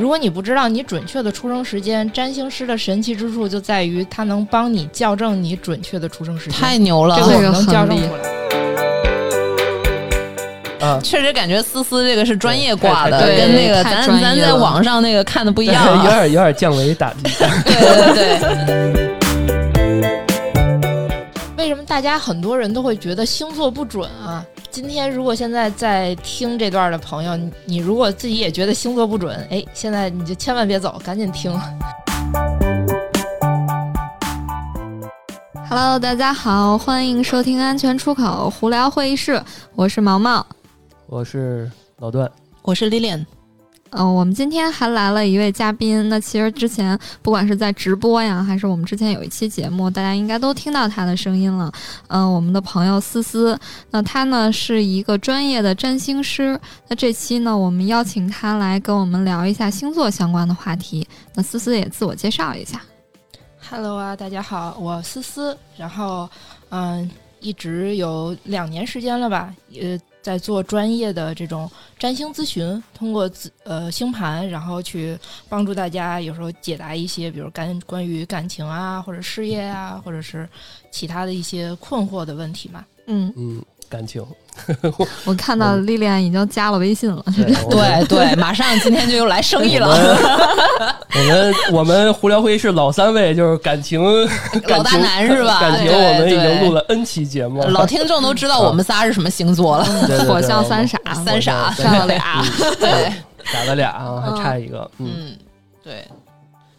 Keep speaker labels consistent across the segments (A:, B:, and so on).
A: 如果你不知道你准确的出生时间，占星师的神奇之处就在于它能帮你校正你准确的出生时间。
B: 太牛了！
A: 这个我们能校正
B: 很
A: 出来。
C: 嗯，
B: 确实感觉思思这个是专业挂的，
C: 对
B: 跟那个
D: 太
B: 咱
D: 专业
B: 咱
D: 了
B: 在网上那个看 的不一
C: 有
B: 样
C: 点
B: 啊。
C: 有点降维打击。
B: 对对对，
A: 为什么大家很多人都会觉得星座不准啊？今天如果现在在听这段的朋友，你你如果自己也觉得星座不准，哎，现在你就千万别走，赶紧听。
D: Hello，大家好，欢迎收听安全出口胡聊会议室，我是毛毛。
C: 我是老段，
B: 我是 Lilian，
D: 嗯、我们今天还来了一位嘉宾。那其实之前不管是在直播呀，还是我们之前有一期节目，大家应该都听到他的声音了。嗯、我们的朋友思思，那他呢是一个专业的占星师。那这期呢，我们邀请他来跟我们聊一下星座相关的话题。那思思也自我介绍一下。
A: Hello 啊，大家好，我思思，然后嗯，一直有两年时间了吧，呃，在做专业的这种占星咨询，通过自呃星盘，然后去帮助大家，有时候解答一些，比如感关于感情啊，或者事业啊，或者是其他的一些困惑的问题嘛。
D: 嗯，
C: 嗯，感情，
D: 我看到
C: 嗯
D: 莉莉安已经加了微信了。
C: 对我们
B: 对对，马上今天就又来生意了，
C: 我们 我们胡聊会议室老三位就是 感情
B: 老大难是吧？
C: 感情
B: 对
C: 我们已经录
B: 对
C: 了 N 期节目了，
B: 老听众都知道我们仨是什么星座了，
C: 对对 对
D: 火象
C: 我们
D: 三傻，
B: 三傻
C: 对
D: 上了俩。
B: 对，
C: 嗯 打了俩啊，
D: 嗯
C: 还差一个，嗯，
B: 嗯，对。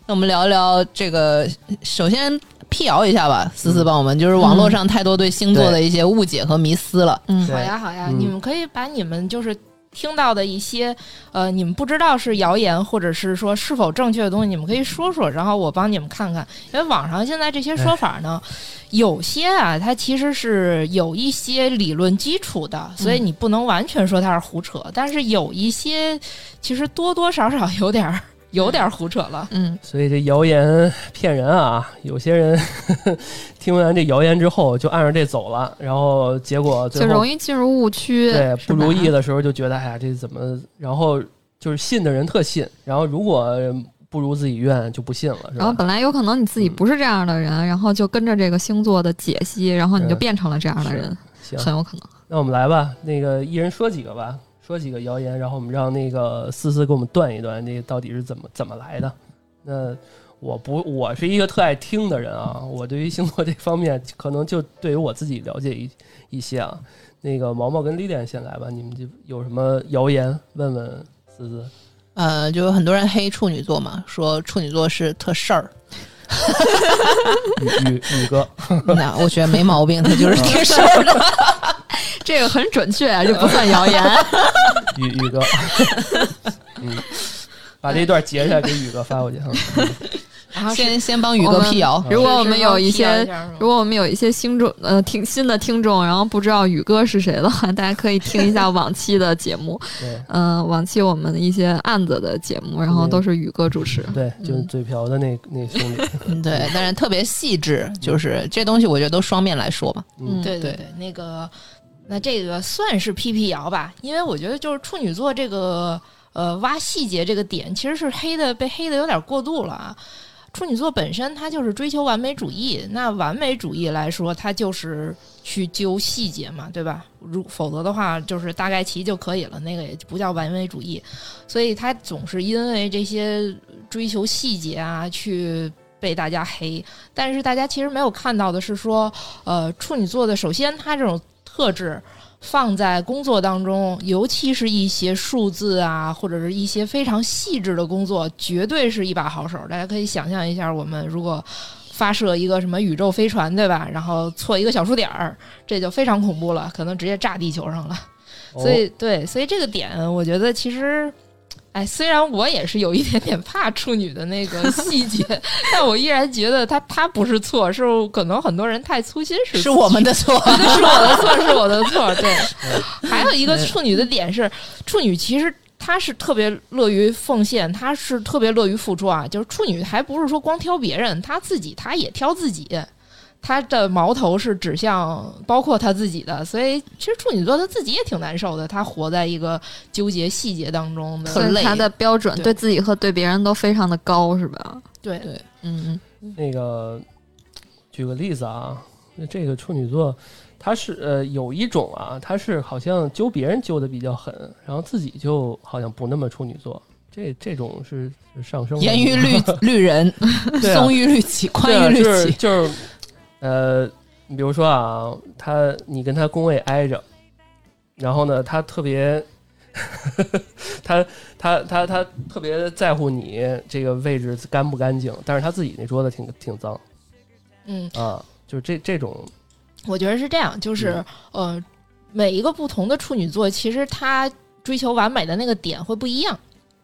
B: 那我们聊一聊这个，首先辟谣一下吧，思思帮我们，就是网络上太多对星座的一些误解和迷思了。
D: 嗯，
C: 对
A: 好呀，好呀，
C: 嗯
A: 你们可以把你们就是。听到的一些，呃，你们不知道是谣言，或者是说是否正确的东西，你们可以说说，然后我帮你们看看。因为网上现在这些说法呢，
D: 哎
A: 有些啊，它其实是有一些理论基础的，
D: 嗯
A: 所以你不能完全说它是胡扯。但是有一些，其实多多少少有点儿有点儿胡扯了。
D: 嗯，
C: 所以这谣言骗人啊，有些人 听完这谣言之后就按着这走了，然后结果
D: 就
C: 最后
D: 容易进入误区，
C: 对
D: 是
C: 不
D: 吧
C: 如意的时候就觉得哎呀这怎么，然后就是信的人特信，然后如果不如自己愿就不信了，是
D: 然后
C: 吧？
D: 本来有可能你自己不是这样的人，然后就跟着这个星座的解析，然后你就
C: 对
D: 变成了这样的人，
C: 行，
D: 很有可能。
C: 那我们来吧，那个一人说几个吧，说几个谣言，然后我们让那个思思给我们断一断，这个到底是怎么怎么来的。那我不，我是一个特爱听的人啊，我对于星座这方面，可能就对于我自己了解一一些啊。那个毛毛跟莉莉先来吧，你们就有什么谣言问问思 思。
B: 呃，就有很多人黑处女座嘛，说处女座是特事儿，
C: 宇宇宇哥，
B: 那我觉得没毛病，他就是特事儿的。
D: 这个很准确，啊 这不算谣言。
C: 宇 宇哥，嗯，把这段截下来给宇哥发过去啊。
A: 然后是
B: 先先帮宇哥辟谣，
D: 如果我们有一
A: 是是
D: 些
A: 是。吗
D: 如果我们有一些听众，呃，听新的听众，然后不知道宇哥是谁的话，大家可以听一下往期的节目，
C: 对
D: 嗯、往期我们一些案子的节目，然后都是宇哥主持。
C: 对，就是嘴瓢的那那兄弟，
B: 嗯，对，但是特别细致，就是这东西我觉得都双面来说吧。
C: 嗯
A: 对对
B: 对
A: 对，那个，那这个算是 P P 谣吧，因为我觉得就是处女座这个呃挖细节这个点，其实是黑的被黑的有点过度了啊。处女座本身它就是追求完美主义，那完美主义来说，它就是去揪细节嘛，对吧？如否则的话，就是大概齐就可以了，那个也不叫完美主义。所以他总是因为这些追求细节啊，去被大家黑。但是大家其实没有看到的是说，呃，处女座的，首先它这种特质放在工作当中，尤其是一些数字啊，或者是一些非常细致的工作，绝对是一把好手。大家可以想象一下，我们如果发射一个什么宇宙飞船，对吧？然后错一个小数点儿，这就非常恐怖了，可能直接炸地球上了。
B: 嗯哦
A: 所以对，所以这个点，我觉得其实。哎，虽然我也是有一点点怕处女的那个细 节，但我依然觉得他他不是错，是可能很多人太粗心是
B: 是我们的错，
A: 对是我的错，是我的错。对，还有一个
B: 嗯
A: 处女的点是，处女其实她是特别乐于奉献，她是特别乐于付出啊。就是处女还不是说光挑别人，她自己她也挑自己。他的矛头是指向包括他自己的，所以其实处女座他自己也挺难受的，他活在一个纠结细节当中
B: 特
A: 的。
D: 所以
B: 累
D: 他的标准
A: 对
D: 对自己和对别人都非常的高，是吧？
A: 对
B: 对嗯
C: 哦那个，举个例子啊，那这个处女座，他是呃有一种啊，他是好像揪别人揪的比较狠，然后自己就好像不那么处女座。这这种是是上升
B: 嗯，
C: 的
B: 严于律律人，
C: 对啊
B: 松于律己，
C: 对
B: 宽
C: 啊，
B: 于律
C: 就是
B: 己，
C: 就是，呃，你比如说啊，他你跟他工位挨着，然后呢，他特别， 他他他他特别在乎你这个位置干不干净，但是他自己那桌子挺挺脏
A: 嗯，
C: 啊，就是这这种
A: 我觉得是这样，就是
B: 嗯
A: 呃，每一个不同的处女座，其实他追求完美的那个点会不一样。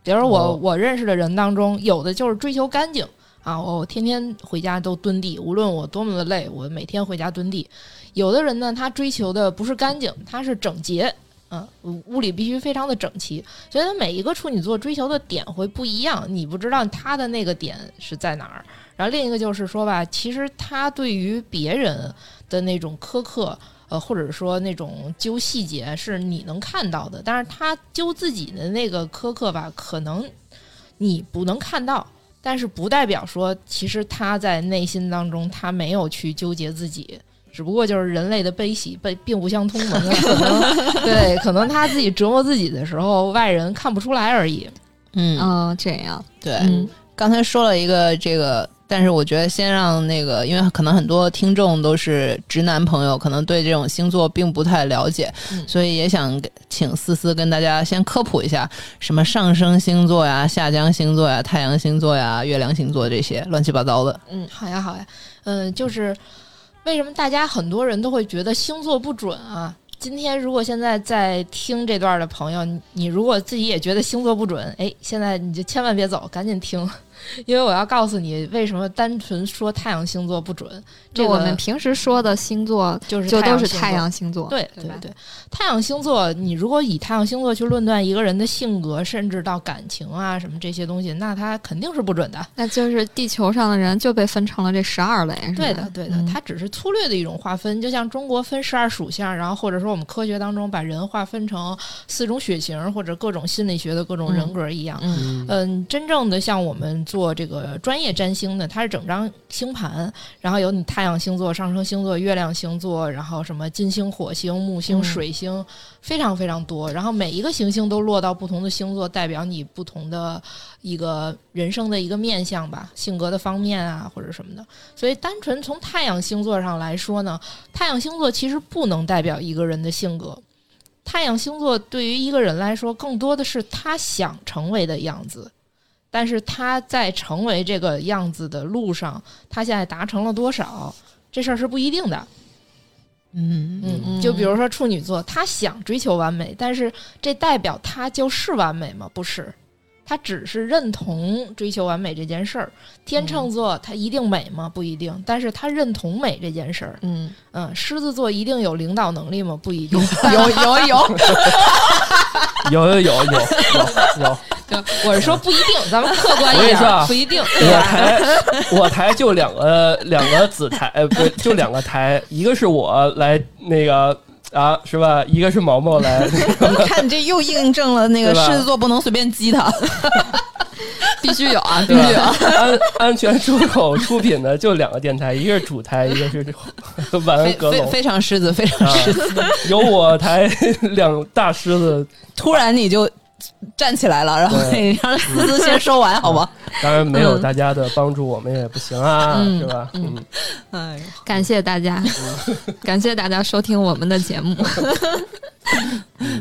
A: 比如说我、
C: 哦
A: 我认识的人当中，有的就是追求干净啊，我我天天回家都蹲地，无论我多么的累，我每天回家蹲地。有的人呢，他追求的不是干净，他是整洁。嗯，屋屋里必须非常的整齐，所以他每一个处女座追求的点会不一样，你不知道他的那个点是在哪儿。然后另一个就是说吧，其实他对于别人的那种苛刻，呃，或者说那种揪细节是你能看到的，但是他揪自己的那个苛刻吧，可能你不能看到，但是不代表说其实他在内心当中他没有去纠结自己。只不过就是人类的悲喜被并不相通嘛，那可能对，可能他自己折磨自己的时候，外人看不出来而已。
B: 嗯，
D: 哦，这样，
B: 对，
D: 嗯，
B: 刚才说了一个这个，但是我觉得先让那个，因为可能很多听众都是直男朋友，可能对这种星座并不太了解，
A: 嗯
B: 所以也想给请思思跟大家先科普一下，什么上升星座呀、下降星座呀、太阳星座呀、月亮星座这些乱七八糟的。
A: 嗯，好呀，好呀，嗯，就是为什么大家很多人都会觉得星座不准啊？今天如果现在在听这段的朋友，你你如果自己也觉得星座不准，哎，现在你就千万别走，赶紧听， 因为我要告诉你为什么单纯说太阳星座不准，这
D: 就
A: 个
D: 我们平时说的星座
A: 就是
D: 就都是
A: 星
D: 太
A: 座
D: 阳星座，
A: 对
D: 对
A: 对
D: 吧
A: 对，太阳星座，你如果以太阳星座去论断一个人的性格，甚至到感情啊什么这些东西，那他肯定是不准的。
D: 那就是地球上的人就被分成了这十二类，是吧
A: 对 的，，对的
B: 嗯，
A: 它只是粗略的一种划分，就像中国分十二属相，然后或者说我们科学当中把人划分成四种血型或者各种心理学的各种人格一样。
B: 嗯
C: 嗯
A: 嗯，真正的像我们做这个专业占星的，它是整张星盘，然后有你太阳星座、上升星座、月亮星座，然后什么金星、火星、木星、
B: 嗯
A: 水星，非常非常多。然后每一个行星都落到不同的星座，代表你不同的一个人生的一个面相吧，性格的方面啊，或者什么的。所以，单纯从太阳星座上来说呢，太阳星座其实不能代表一个人的性格。太阳星座对于一个人来说，更多的是他想成为的样子，但是他在成为这个样子的路上，他现在达成了多少，这事儿是不一定的。
B: 嗯
A: 嗯，就比如说处女座，他想追求完美，但是这代表他就是完美吗？不是，他只是认同追求完美这件事儿。天秤座他一定美吗？不一定，但是他认同美这件事儿。
B: 嗯，
A: 嗯，狮子座一定有领导能力吗？不一定。
B: 有有有，
C: 有有有有有有，
A: 我是说不一定，咱们 客观
C: 我
A: 一
C: 跟你
A: 点
C: 说啊
A: 儿，不一定。对
C: 我
A: 吧？
C: 台我台就两个两个子台，呃，不就两个台，一个是我来那个啊，是吧？一个是毛毛来，
B: 看这又印证了那个
C: 对吧
B: 狮子座不能随便激 他。
D: 必须有啊，必
C: 对
D: 须有。
C: 吧？安 安全出口出品的就两个电台，一个是主台，一个是玩
B: 非
C: 阁
B: 非
C: 楼。
B: 非常狮子，非常
C: 啊
B: 狮子。，
C: 有我台 两大狮子，
B: 突然你就站起来了，然后
C: 对嗯
B: 你让思思先说 完，好吗？
C: 当然没有
B: 嗯
C: 大家的帮助，我们也不行啊，
B: 嗯
C: 是吧？嗯，
B: 哎，
D: 感谢大家， 感谢大家收听我们的节目。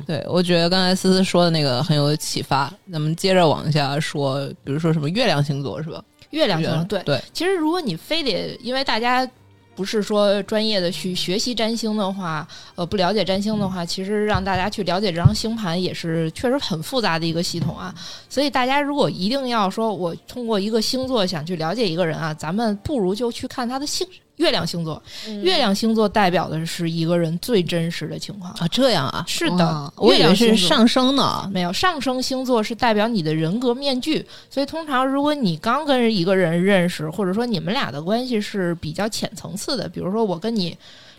B: 对，我觉得刚才思思说的那个很有启发。咱们接着往下说，比如说什么月亮星座是吧？
A: 月亮
B: 月
A: 星座对。
B: 对，
A: 其实如果你非得因为大家不是说专业的去学习占星的话，呃，不了解占
B: 嗯
A: 星的话，其实让大家去了解这张星盘也是确实很复杂的一个系统啊。所以大家如果一定要说我通过一个星座想去了解一个人啊，咱们不如就去看他的性月亮星座，
B: 嗯
A: 月亮星座代表的是一个人最真实的情况。
B: 啊，这样啊，
A: 是
D: 哇
A: 的，
B: 我
A: 月
B: 以
A: 亮
B: 为
A: 星
B: 是
A: 座
B: 上升呢。
A: 没有上升星座是代表你的人格面具，所以通常如果你刚跟一个人认识，或者说你们俩的关系是比较浅层次的，比如说我跟你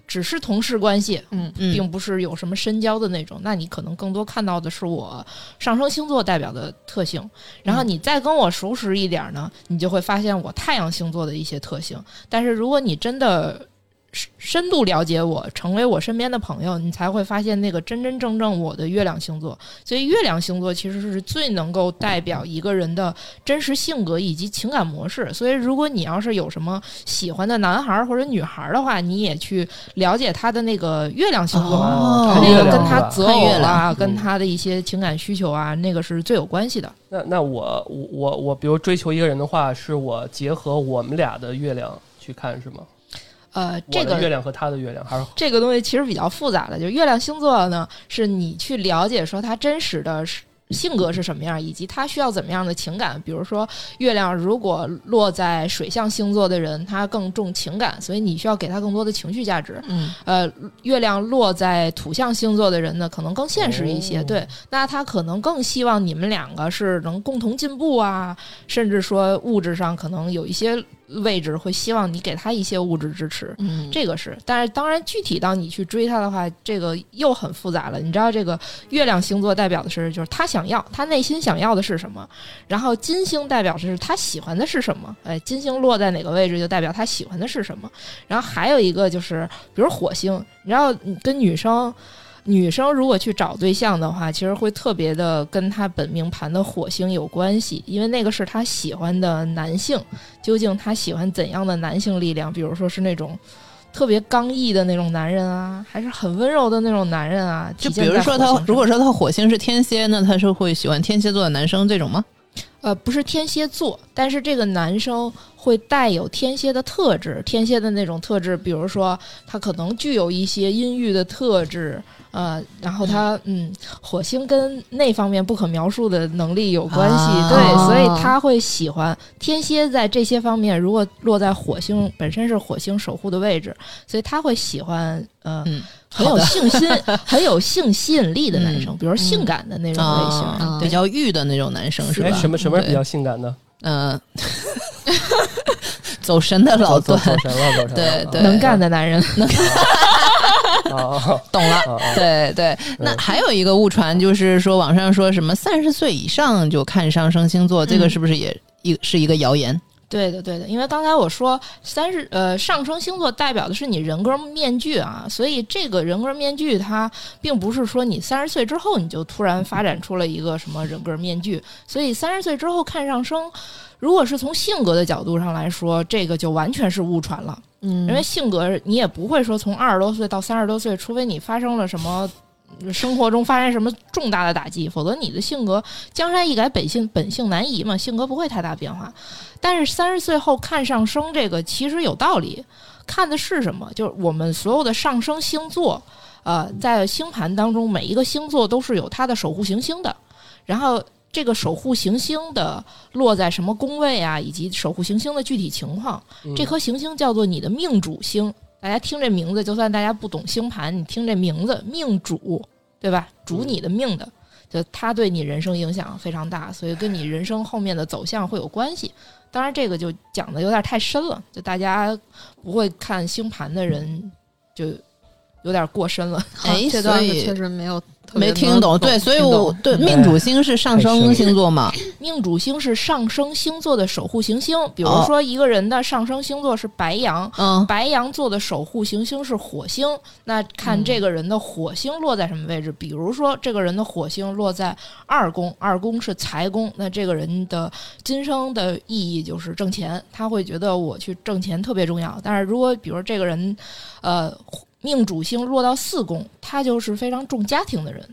A: 只是同事关系，嗯，
B: 嗯
A: 并不是有什么深交的那种，那你可能更多看到的是我上升星座代表的特性。然后你再跟我熟识一点呢，你就会发现我太阳星座的一些特性。但是如果你真的深深度了解我，成为我身边的朋友，你才会发现那个真真正正我的月亮星座。所以，月亮星座其实是最能够代表一个人的真实性格以及情感模式。所以，如果你要是有什么喜欢的男孩儿或者女孩儿的话，你也去了解他的那个月亮星座，
B: 哦
C: 看
A: 那
C: 月
A: 个
C: 亮
A: 跟
C: 是
A: 他
C: 吧
A: 择
B: 看
A: 偶
B: 月
A: 啊，
B: 亮
A: 跟
C: 嗯
A: 他的一些情感需求啊，那个是最有关系的。
C: 那那我我我我，比如追求一个人的话，是我结合我们俩的月亮去看是吗？
A: 呃，这
C: 我的月
A: 个。
C: 亮和他的月亮，还是
A: 这个东西其实比较复杂的，就月亮星座呢，是你去了解说他真实的是性格是什么样，以及他需要怎么样的情感。比如说，月亮如果落在水象星座的人，他更重情感，所以你需要给他更多的情绪价值。
B: 嗯，
A: 呃，月亮落在土象星座的人呢，可能更现实一些。
C: 哦
A: 对，那他可能更希望你们两个是能共同进步啊，甚至说物质上可能有一些位置会希望你给他一些物质支持。
B: 嗯
A: 这个是，但是当然，具体到你去追他的话，这个又很复杂了。你知道，这个月亮星座代表的是，就是他想要，他内心想要的是什么，然后金星代表的是他喜欢的是什么。哎，金星落在哪个位置，就代表他喜欢的是什么。然后还有一个就是，比如火星，你知道，你跟女生。女生如果去找对象的话，其实会特别的跟她本命盘的火星有关系，因为那个是她喜欢的男性。究竟她喜欢怎样的男性力量？比如说是那种特别刚毅的那种男人啊，还是很温柔的那种男人啊？
B: 就
A: 体
B: 比
A: 现在
B: 如说
A: 火
B: 他
A: 星，上
B: 如果说他火星是天蝎，那他是会喜欢天蝎座的男生这种吗？
A: 呃不是天蝎座，但是这个男生会带有天蝎的特质，天蝎的那种特质，比如说他可能具有一些阴郁的特质，呃，然后他嗯，火星跟那方面不可描述的能力有关系，
B: 啊
A: 对，所以他会喜欢天蝎在这些方面，如果落在火星本身是火星守护的位置，所以他会喜欢呃。
B: 嗯
A: 很有信 心、很有性吸引力的男
B: 嗯
A: 生，比如性感的那种类型，
B: 啊，
D: 嗯
B: 比较欲的那种男生是吧
C: 哎？什么什么是
B: 对
C: 比较性感的？
B: 嗯， 走神的老
C: 走
B: 段
C: 走走神了，走神了。
B: 对对
A: 能干的男人。
C: 啊啊
B: 懂了。
C: 啊 啊！
B: 对对，那还有一个误传就是说，网上说什么三十岁以上就看上升星座，这个
A: 嗯
B: 是不是也一是一个谣言？
A: 对的，对的，因为刚才我说三十呃上升星座代表的是你人格面具啊，所以这个人格面具它并不是说你三十岁之后你就突然发展出了一个什么人格面具，所以三十岁之后看上升，如果是从性格的角度上来说，这个就完全是误传了，
D: 嗯
A: 因为性格你也不会说从二十多岁到三十多岁，除非你发生了什么。生活中发生什么重大的打击，否则你的性格江山易改，本性本性难移嘛，性格不会太大变化。但是三十岁后看上升这个其实有道理，看的是什么？就是我们所有的上升星座，呃，在星盘当中，每一个星座都是有它的守护行星的，然后。这个守护行星的落在什么宫位啊，以及守护行星的具体情况，
C: 嗯
A: 这颗行星叫做你的命主星。大家听这名字，就算大家不懂星盘，你听这名字，命主，对吧？主你的命的，就它对你人生影响非常大，所以跟你人生后面的走向会有关系。当然，这个就讲的有点太深了，就大家不会看星盘的人就有点过深了。
B: 哎，所
D: 这段
B: 以
D: 确实没有特别
B: 没听
D: 能
B: 懂，对，所以
D: 听
B: 我
D: 懂
B: 对
C: 嗯
B: 命主星是上升星座嘛，
A: 命主星是上升星座的守护行星，比如
B: 哦
A: 说一个人的上升星座是白羊，
B: 嗯，
A: 白羊座的守护行星是火星，那看这个人的火星落在什么位置。比如说，这个人的火星落在二宫，二宫是财宫，那这个人的今生的意义就是挣钱，他会觉得我去挣钱特别重要。但是如果比如这个人，呃，命主星落到四宫，他就是非常重家庭的人。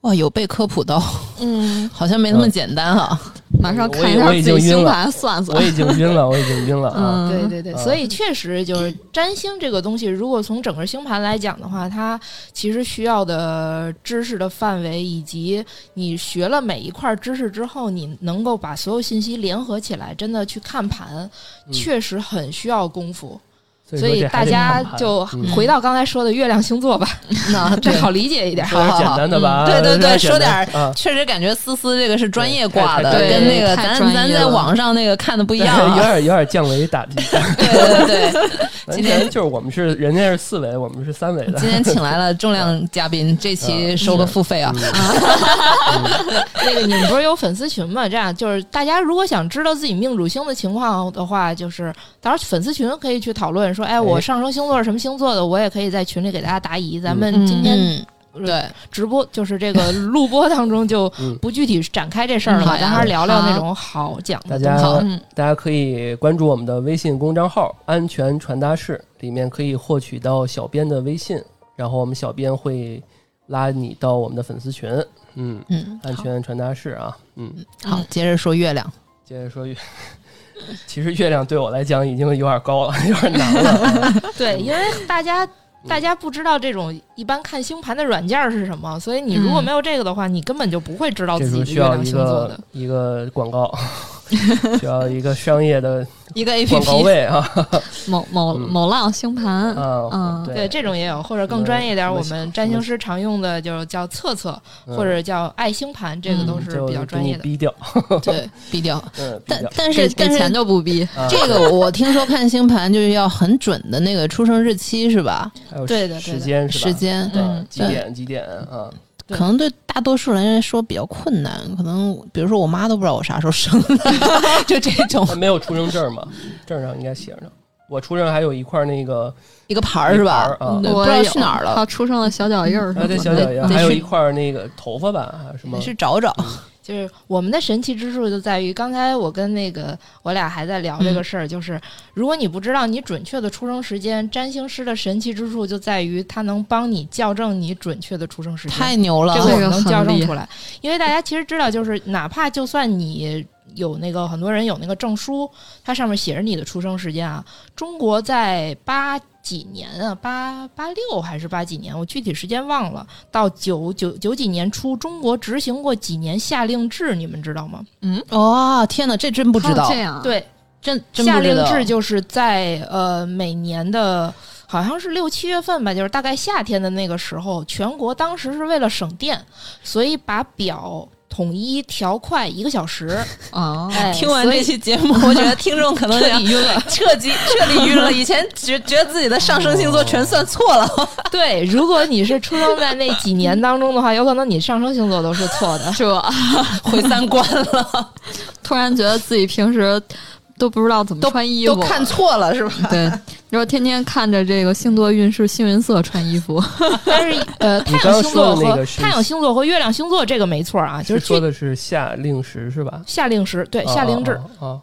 B: 哇，有被科普到，
D: 嗯，
B: 好像没那么简单啊。
D: 马上
C: 我
D: 看
C: 也
D: 一下
C: 我已
D: 自己
C: 经晕
D: 星
C: 了
D: 盘算
C: 我
D: 算。
C: 已经 晕了，我已经晕了
D: 嗯，
C: 啊！
A: 对对对，
C: 啊
A: 所以确实就是占星这个东西，如果从整个星盘来讲的话，它其实需要的知识的范围，以及你学了每一块知识之后，你能够把所有信息联合起来，真的去看盘，
C: 嗯
A: 确实很需要功夫。
C: 所所
A: 所
C: 以说
A: 以
C: 这还
A: 大
C: 得
A: 家
C: 看盘
A: 就
C: 嗯
A: 回到刚才说的月亮星座吧，
B: 那
A: 这好理解一点。
C: 说点简单的吧，啊
B: 嗯 对对对
C: 说
B: 说点儿
C: 啊，
B: 确实感觉思思这个是专业挂的，
C: 对太
B: 跟那个
D: 太
B: 咱
D: 专业
B: 咱在
D: 了
B: 网上那个看的不一
C: 对
B: 样
C: 有
B: 啊。
C: 点有点降维 打击。
B: 对对对 对，
C: 咱咱就是我们是人家是四维，我们是三维的
B: 今。天请来了重量嘉宾，这
C: 嗯
B: 期收个付费啊。
A: 那个你们不是有粉丝群吗？这样就是大家如果想知道自己命主星的情况的话，就是到时候粉丝群可以去讨论说，哎，我上升星座是什么星座的，我也可以在群里给大家答疑。咱们今天
B: 嗯，对，
A: 直播就是这个录播当中就
C: 嗯
A: 不具体展开这事儿了吧，
B: 嗯
A: 咱还是聊聊那种好讲
C: 大
A: 的。
C: 家
B: 好
D: 嗯
C: 大家可以关注我们的微信公众号“安全传达室”，里面可以获取到小编的微信，然后我们小编会拉你到我们的粉丝群。嗯，
B: 嗯，
C: 安全传达室啊，嗯，
B: 好，接着说月亮。
C: 接着说月， 其实月亮对我来讲已经有点高了， 有点难了。啊
B: 嗯
A: 对，因为大
C: 嗯
A: 家。大家不知道这种一般看星盘的软件是什么，所以你如果
B: 嗯
A: 没有这个的话，你根本就不会知道
C: 这
A: 自
C: 时
A: 己
C: 候
A: 的月亮
C: 需要一
A: 星座的
C: 个。一个广告， 需要一个商业的
B: 一个 A
C: 广告
B: P
C: 位 啊
D: 某某
C: 嗯
D: 某浪星盘，
C: 啊！
D: 嗯
A: 对，这种也有，或者更专业点儿，
C: 什么
A: 我们占星师常用的就是叫测测，
C: 嗯
A: 或者叫爱星盘，这个都是
C: 就
A: 比较
C: 给
A: 专
C: 你
A: 业的。
C: 逼掉，
B: 对，低调。
C: 嗯，逼
B: 但
C: 掉。
B: 但是
D: 给给
B: 但
D: 钱
B: 是。
D: 就不逼。
C: 啊
B: 这个我听说看星盘就是要很准的那个出生日期是吧？
C: 还有
A: 对的对
C: 时
A: 的
C: 间是吧？
B: 时间，
A: 对
C: 嗯几
B: 对
C: 点几点啊？
A: 对
B: 可能对大多数人来说比较困难。可能比如说我妈都不知道我啥时候生的， 就这种
C: 他没有出生证嘛？证上应该写着。我出生还有一块那个，
B: 一个牌儿是
C: 一
B: 吧
C: 个？牌儿啊
B: 对不
D: 我
B: 知道
D: 也
B: 去
D: 有
B: 哪儿
D: 还
B: 了
D: 有，出生的小脚印儿什
C: 啊，
D: 么
C: 对，
D: 的。
C: 小脚印，
B: 得
C: 还有
B: 去
C: 一块那个头发吧，还有什么
B: 得？去找找。
C: 嗯
A: 就是我们的神奇之处就在于，刚才我跟那个我俩还在聊这
C: 嗯
A: 个事儿，就是如果你不知道你准确的出生时间，占星师的神奇之处就在于他能帮你校正你准确的出生时间。
B: 太牛了
A: 这！
D: 这
A: 个我们
D: 个
A: 能
D: 很
A: 校正
D: 厉
A: 出来。因为大家其实知道，就是哪怕就算你有那个很多人有那个证书，它上面写着你的出生时间啊。中国在八几年啊，八八六还是八几年，我具体时间忘了。到九九九几年初，中国执行过几年夏令制，你们知道吗？
B: 哦，天哪，这真不
D: 不
B: 知道
D: 这，样，，
A: 对，
B: 真真
A: 夏
B: 不知
A: 令
B: 道。
A: 制就是在呃每年的。好像是六七月份吧，就是大概夏天的那个时候，全国当时是为了省电，所以把表统一调快一个小时。
D: 哦，
A: 哎，
B: 听完
A: 所以
B: 这期节目，我觉得听众可能
A: 彻底
B: 晕 了，彻底彻底晕了。以前觉觉得自己的上升星座全算错了，
A: 对，如果你是出生在那几年当中的话，有可能你上升星座都是错 的。
D: 这
B: 毁三观
A: 哦
B: 了，
D: 突然觉得自己平时都不知道怎么穿衣服，
B: 都看错了是吧？
D: 对，你说天天看着这个星座运势幸运色穿衣服，
A: 但是呃，太
C: 你刚
A: 阳
C: 刚
A: 星座
C: 说的那
A: 和
C: 个是
A: 太阳星座和月亮星座这个没错啊，就是是
C: 说
A: 具
C: 的是夏令时是吧？
A: 夏令时对夏令制，
C: 啊啊啊，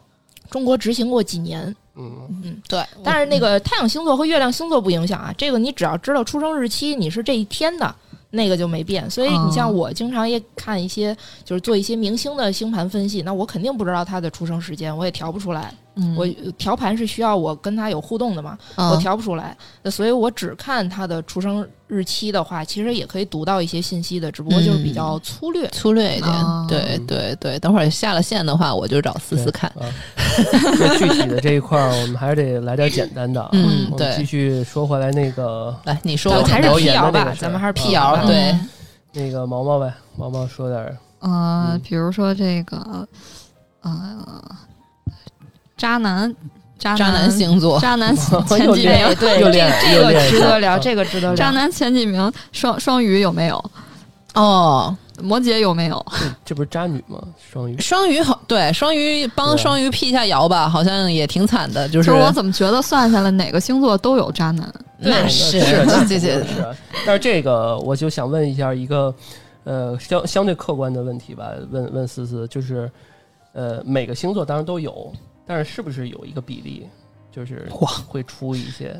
A: 中国执行过几年，
C: 嗯，
B: 对，
A: 但是那个太阳星座和月亮星座不影响啊，这个你只要知道出生日期，你是这一天的。那个就没变，所以
D: 哦
A: 你像我经常也看一些，就是做一些明星的星盘分析，那我肯定不知道他的出生时间，我也调不出来。
D: 嗯，
A: 我调盘是需要我跟他有互动的嘛，我调不出来，那所以我只看他的出生日期的话，其实也可以读到一些信息的，只不过就是比较粗
C: 嗯
A: 略。
B: 粗略一点
D: 哦，
B: 对对对。等会儿下了线的话，我就找思思看。
C: 啊。 那具体的这一块儿，我们还是得来点简单的啊。
B: 嗯
C: 我们
B: 对
C: 继续说回来那个
B: 来，你说
A: 咱们
B: 吧
A: 还是
C: 我。聊
A: 辟
C: 研
A: 谣
C: 的
A: 吧
C: 这个，事儿啊
A: 咱们还是辟
B: 辟
A: 谣
B: 谣
D: 嗯
A: 吧。
B: 对
C: 那个毛毛呗，毛毛说点儿
D: 呃
C: 嗯，
D: 比如说这个，呃，渣男，渣
B: 渣男
D: 男，
B: 星座，
D: 渣男前
C: 又
D: 几
C: 练
D: 名，
A: 对
C: 又
A: 对，
C: 练
A: 这
C: 又
A: 这个
C: 练
A: 值
C: 一下
A: 得聊，
C: 啊
A: 这个值得
D: 渣
A: 聊。
D: 男前几名，双双鱼有没有？
B: 哦，
D: 摩羯有没有？
C: 这这不是渣女吗？双鱼
B: 双鱼好，对，双鱼帮
C: 对啊
B: 双鱼辟一下谣吧，好像也挺惨的，就
D: 就是是我怎么觉得算下来哪个星座都有渣男？
B: 那
C: 那
B: 是
C: 那
B: 这这
C: 肯定是啊。但是这个我就想问一下一个呃相相对客观的问题吧，问问思思，就是呃每个星座当然都有，但是是不是有一个比例，就是
B: 哇
C: 会出一些，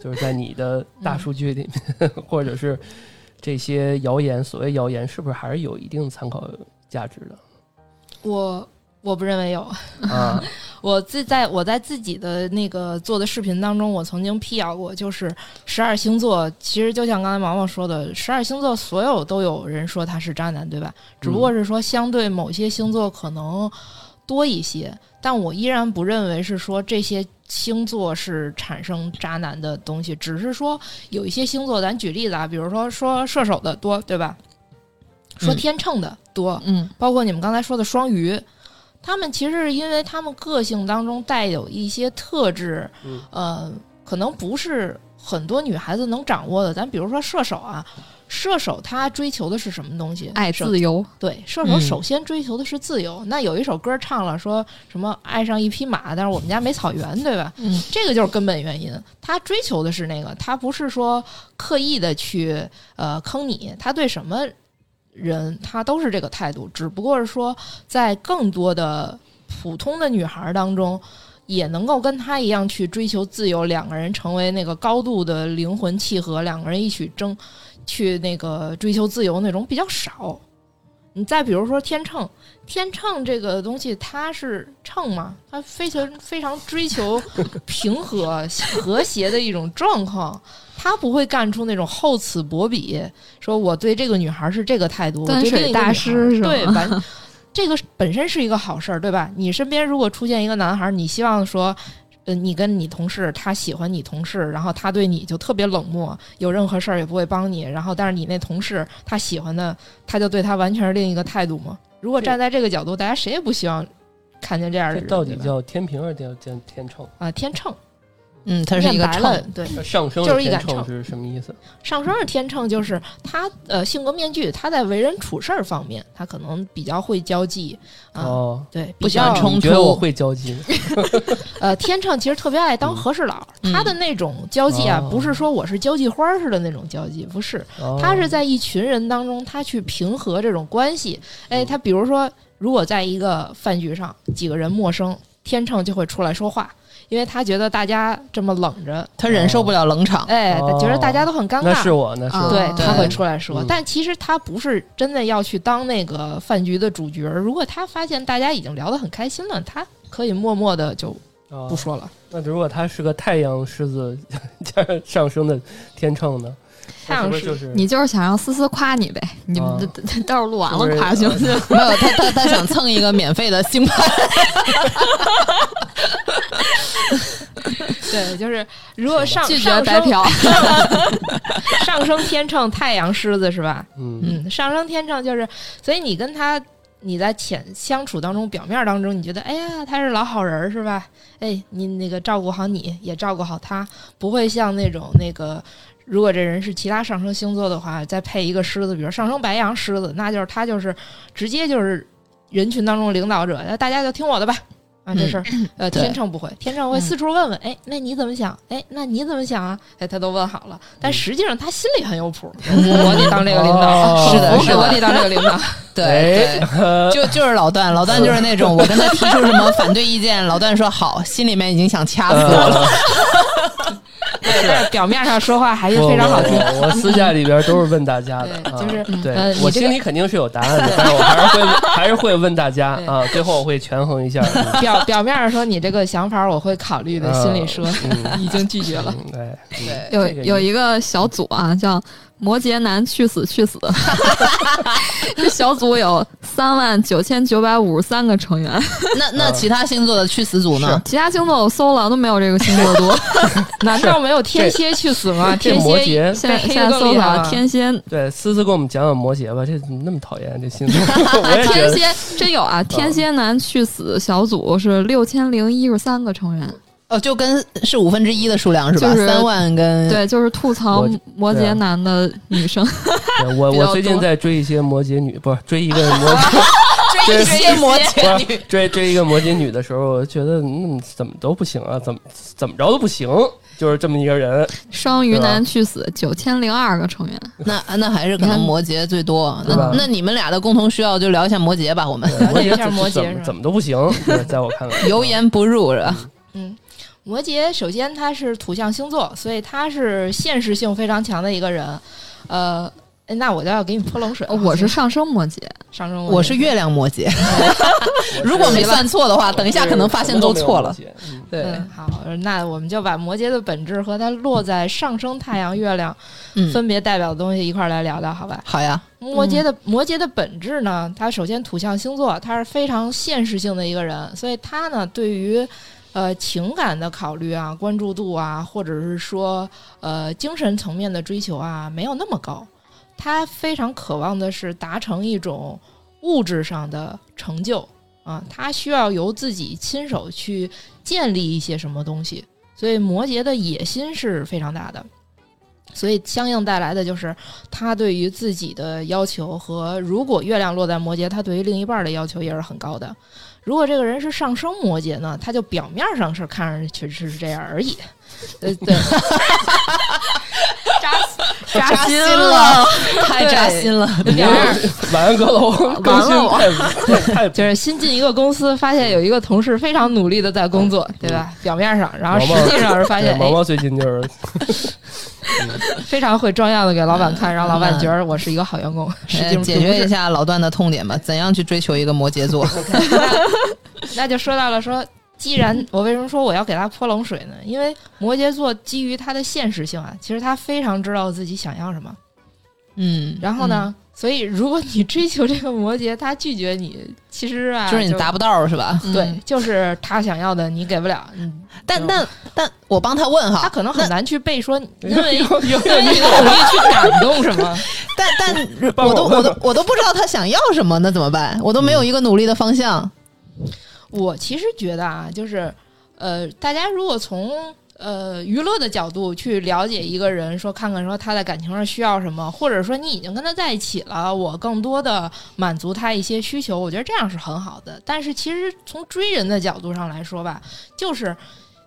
C: 就是在你的
A: 嗯
C: 大数据里面， 或者是这些谣言，所谓谣言是不是还是有一定参考价值
A: 我我不认为有，
C: 的啊？
A: 我自在我在自己的那个做的视频当中，我曾经辟谣过，就是十二星座，其实就像刚才毛毛说的，十二星座所有都有人说他是渣男，对吧？只不过是说相对某些星座可能。多一些，但我依然不认为是说这些星座是产生渣男的东西，只是说有一些星座，咱举例子啊，比如说说射手的多，对吧？说
B: 嗯
A: 天秤的多，
B: 嗯，
A: 包括你们刚才说的双鱼，他们其实是因为他们个性当中带有一些特质，
C: 嗯
A: 呃，可能不是很多女孩子能掌握的。咱比如说射手啊，射手他追求的是什么东西？
D: 爱
A: 首
D: 自由，
A: 对，射手
B: 嗯
A: 首先追求的是自由。那有一首歌唱了，说什么爱上一匹马，但是我们家没草原，对吧？
B: 嗯，
A: 这个就是根本原因。他追求的是那个，他不是说刻意的去呃坑你，他对什么人他都是这个态度，只不过是说在更多的普通的女孩当中。也能够跟他一样去追求自由，两个人成为那个高度的灵魂契合，两个人一起争，去那个追求自由那种比较少。你再比如说天秤，天秤这个东西，它是秤嘛，它非常非常追求平和、和谐的一种状况，它不会干出那种厚此薄彼，说我对这个女孩是这个态度，我
D: 端
A: 对
D: 水
A: 另一个
D: 大
A: 女孩
D: 师是吧
A: 对，完这个本身是一个好事儿，对吧？你身边如果出现一个男孩，你希望说。呃，你跟你同事，他喜欢你同事，然后他对你就特别冷漠，有任何事儿也不会帮你。然后，但是你那同事他喜欢的，他就对他完全是另一个态度嘛。如果
C: 对
A: 站在这个角度，大家谁也不希望看见这样的
C: 这
A: 人。
C: 到底
A: 对吧
C: 叫天平还是叫天天秤？
A: 啊天秤，
B: 嗯，它是一
A: 念
B: 个
A: 白了
B: 秤，
A: 对，
C: 上升
A: 就是
C: 的
A: 一杆
C: 天
A: 秤
C: 秤是什么意思？
A: 上升是天秤，就是他呃性格面具，他在为人处事儿方面，他可能比较会交际啊，
C: 哦，
A: 对，
B: 不
A: 比
B: 喜欢
A: 较
B: 冲
C: 你觉得我会交 际吗？
A: 呃，天秤其实特别爱当和事佬，
B: 嗯
A: 他的那种交际啊
C: 哦，
A: 不是说我是交际花儿似的那种交际，不是，
C: 哦
A: 他是在一群人当中，他去平和这种关系。
C: 嗯
A: 哎，他比如说，如果在一个饭局上，几个人陌生，天秤就会出来说话，因为他觉得大家这么冷着，
B: 它忍受不了冷场。
A: 哎，他觉得大家都很尴
C: 哦那是
A: 尬。
C: 我，那是
D: 啊
C: 我。
A: 对，他
B: 对
A: 会出来说
C: 嗯，
A: 但其实他不是真的要去当那个饭局的主角。如果他发现大家已经聊得很开心了，他可以默默的就
C: 哦
A: 不说了。
C: 那如果他是个太阳狮子加上上升的天秤呢？
A: 太阳
C: 那是
A: 狮
C: 不是就是
D: 你就是想让思思夸你呗？你们
C: 啊
D: 这这待会儿录完
C: 是不
D: 了
C: 是
D: 夸行 不行？
B: 没有，他他他想蹭一个免费的星盘，
A: 对，就是如果上
D: 拒绝
A: 上
D: 白
A: 升
D: 嫖，
A: 上升天秤太阳狮子是吧？
C: 嗯
A: 嗯，上升天秤就是，所以你跟他你在浅相处当中，表面当中你觉得，哎呀，他是老好人儿是吧？哎，你那个照顾好你，也照顾好他，不会像那种那个。如果这人是其他上升星座的话，再配一个狮子，比如上升白羊狮子，那就是他就是直接就是人群当中领导者，那大家就听我的吧。啊，这事儿，呃，
B: 嗯对
A: 天秤不会，天秤会
B: 嗯
A: 四处问问，哎，那你怎么想？哎，那你怎么想啊？哎，他都问好了，
B: 嗯
A: 但实际上他心里很有 谱，我我得当这个领导，
C: 哦
B: 是的
A: 我我得当这个 领导。
B: 对
C: 哎
B: 对，，就就是老段，老段就是那种我跟他提出什么反对意见，老段说好，心里面已经想掐死我了。
A: 但是表面上说话还是
C: 我
A: 非常好听。
C: 我我私下里边都是问大家的，
A: 对
C: 啊
A: 就是
C: 对
A: 呃你
C: 我
A: 这
C: 心
A: 个
C: 里肯定是有答案的，但是我还 是会还是会问大家
A: 对
C: 啊，最后我会权衡一下。
A: 表表面上说你这个想法我会考虑的，
C: 嗯
A: 心里说
C: 嗯
A: 已经拒绝了。
C: 嗯哎，嗯
B: 对，
D: 有
C: 这个
D: 有
C: 意
D: 一个小组啊，叫“摩羯男去死去死”， 这小组有三万九千九百五十三个成员，
B: 那那其他星座的去死组呢？
D: 其他星座我搜了都没有这个星座多。
A: 难道没有天蝎去死吗？
C: 这
A: 天
C: 摩
A: 蝎
C: 羯，
D: 现在
A: 被黑
D: 现
A: 得
D: 在
A: 更
D: 搜
A: 厉
D: 索
A: 害
D: 啊
A: 了
D: 天蝎，
C: 对思思给我们讲讲摩羯吧，这怎么那么讨厌这星 座？我也觉
D: 啊天
C: 得
D: 蝎真有啊！天蝎男去死小组是六千零一十三个成员，
B: 哦，就跟是五分之一的数量是吧？
D: 就是
B: 三万跟
D: 对，就是吐槽
C: 摩羯
D: 摩
C: 对啊
D: 羯男的女生。
C: 对我
D: 比较
C: 我最近
D: 多
C: 在追一些摩羯女，不是追一个摩 羯，
B: 追一些摩羯
C: 不
B: 女
C: 是。追追一个摩羯女的时候，我觉得嗯怎么都不行啊，怎么怎么着都不行，就是这么一个人。
D: 双鱼
C: 对吧
D: 男去死九千零二个成员，
B: 那那还是可能摩羯最多。
C: 对吧
B: 那那你们俩的共同需要就聊一下摩羯吧，我们
C: 对
A: 了解一下
C: 怎
A: 摩羯
C: 怎
A: 是吧
C: 么怎么都不行，对在我看 来 啊
B: 油盐不入是吧？
A: 嗯，摩羯首先他是土象星座，所以他是现实性非常强的一个人。呃，哎那我就要给你泼冷水了。
D: 我是上升摩羯，
A: 上升嗯摩羯
B: 我是月亮摩 羯，如果没算错的话，啊等一下可能发现都错了。。
C: 嗯
B: 对，
A: 嗯，好，那我们就把摩羯的本质和它落在上升太阳、月亮
B: 嗯，
A: 分别代表的东西一块儿来聊聊，好吧？
B: 好呀，
A: 摩羯的摩羯的本质呢，他首先土象星座，他是非常现实性的一个人，所以他呢对于呃情感的考虑啊、关注度啊，或者是说呃精神层面的追求啊，没有那么高。他非常渴望的是达成一种物质上的成就啊，他需要由自己亲手去建立一些什么东西，所以摩羯的野心是非常大的。所以相应带来的就是他对于自己的要求和如果月亮落在摩羯，他对于另一半的要求也是很高的。如果这个人是上升摩羯呢，他就表面上是看上去是这样 而已，对对， 扎
B: 扎
A: 心
B: 心
A: 了
B: 了，太扎心 了。
A: 表
C: 嗯
A: 面儿
C: 晚安阁楼更新
A: 完
C: 太太
A: 就是新进一个公司，发现有一个同事非常努力的在工作，对吧？表面上，然后
C: 毛毛
A: 实际上是发现
C: 对毛
A: 哎
C: 毛最近就是
A: 非常会装样的给老板看，让老板
B: 嗯
A: 觉得我是一个好员工，实际
B: 呃
A: 上
B: 解
A: 并不
B: 决
A: 是
B: 一下老段的痛点吧，怎样去追求一个摩羯座？
A: 那就说到了说，既然我为什么说我要给他泼冷水呢？因为摩羯座基于他的现实性啊，其实他非常知道自己想要什么。
B: 嗯，
A: 然后呢，所以如果你追求这个摩羯，他拒绝你，其实啊，
B: 嗯，就是你达不到是吧？
A: 就。对，就是他想要的你给不了，嗯
B: 但
A: 嗯
B: 但但我帮他问
A: 他
B: 哈，
A: 可能很难去背说，因为因
C: 有有
A: 为你很容易去感动什么。
B: 但但
C: 帮
B: 我都
C: 我问
B: 我都
C: 问
B: 我都不知道他想要什么，那怎么办？我都没有一个努力的方向。
A: 我其实觉得啊，就是呃，大家如果从呃娱乐的角度去了解一个人，说看看说他在感情上需要什么，或者说你已经跟他在一起了，我更多的满足他一些需求，我觉得这样是很好的。但是其实从追人的角度上来说吧，就是。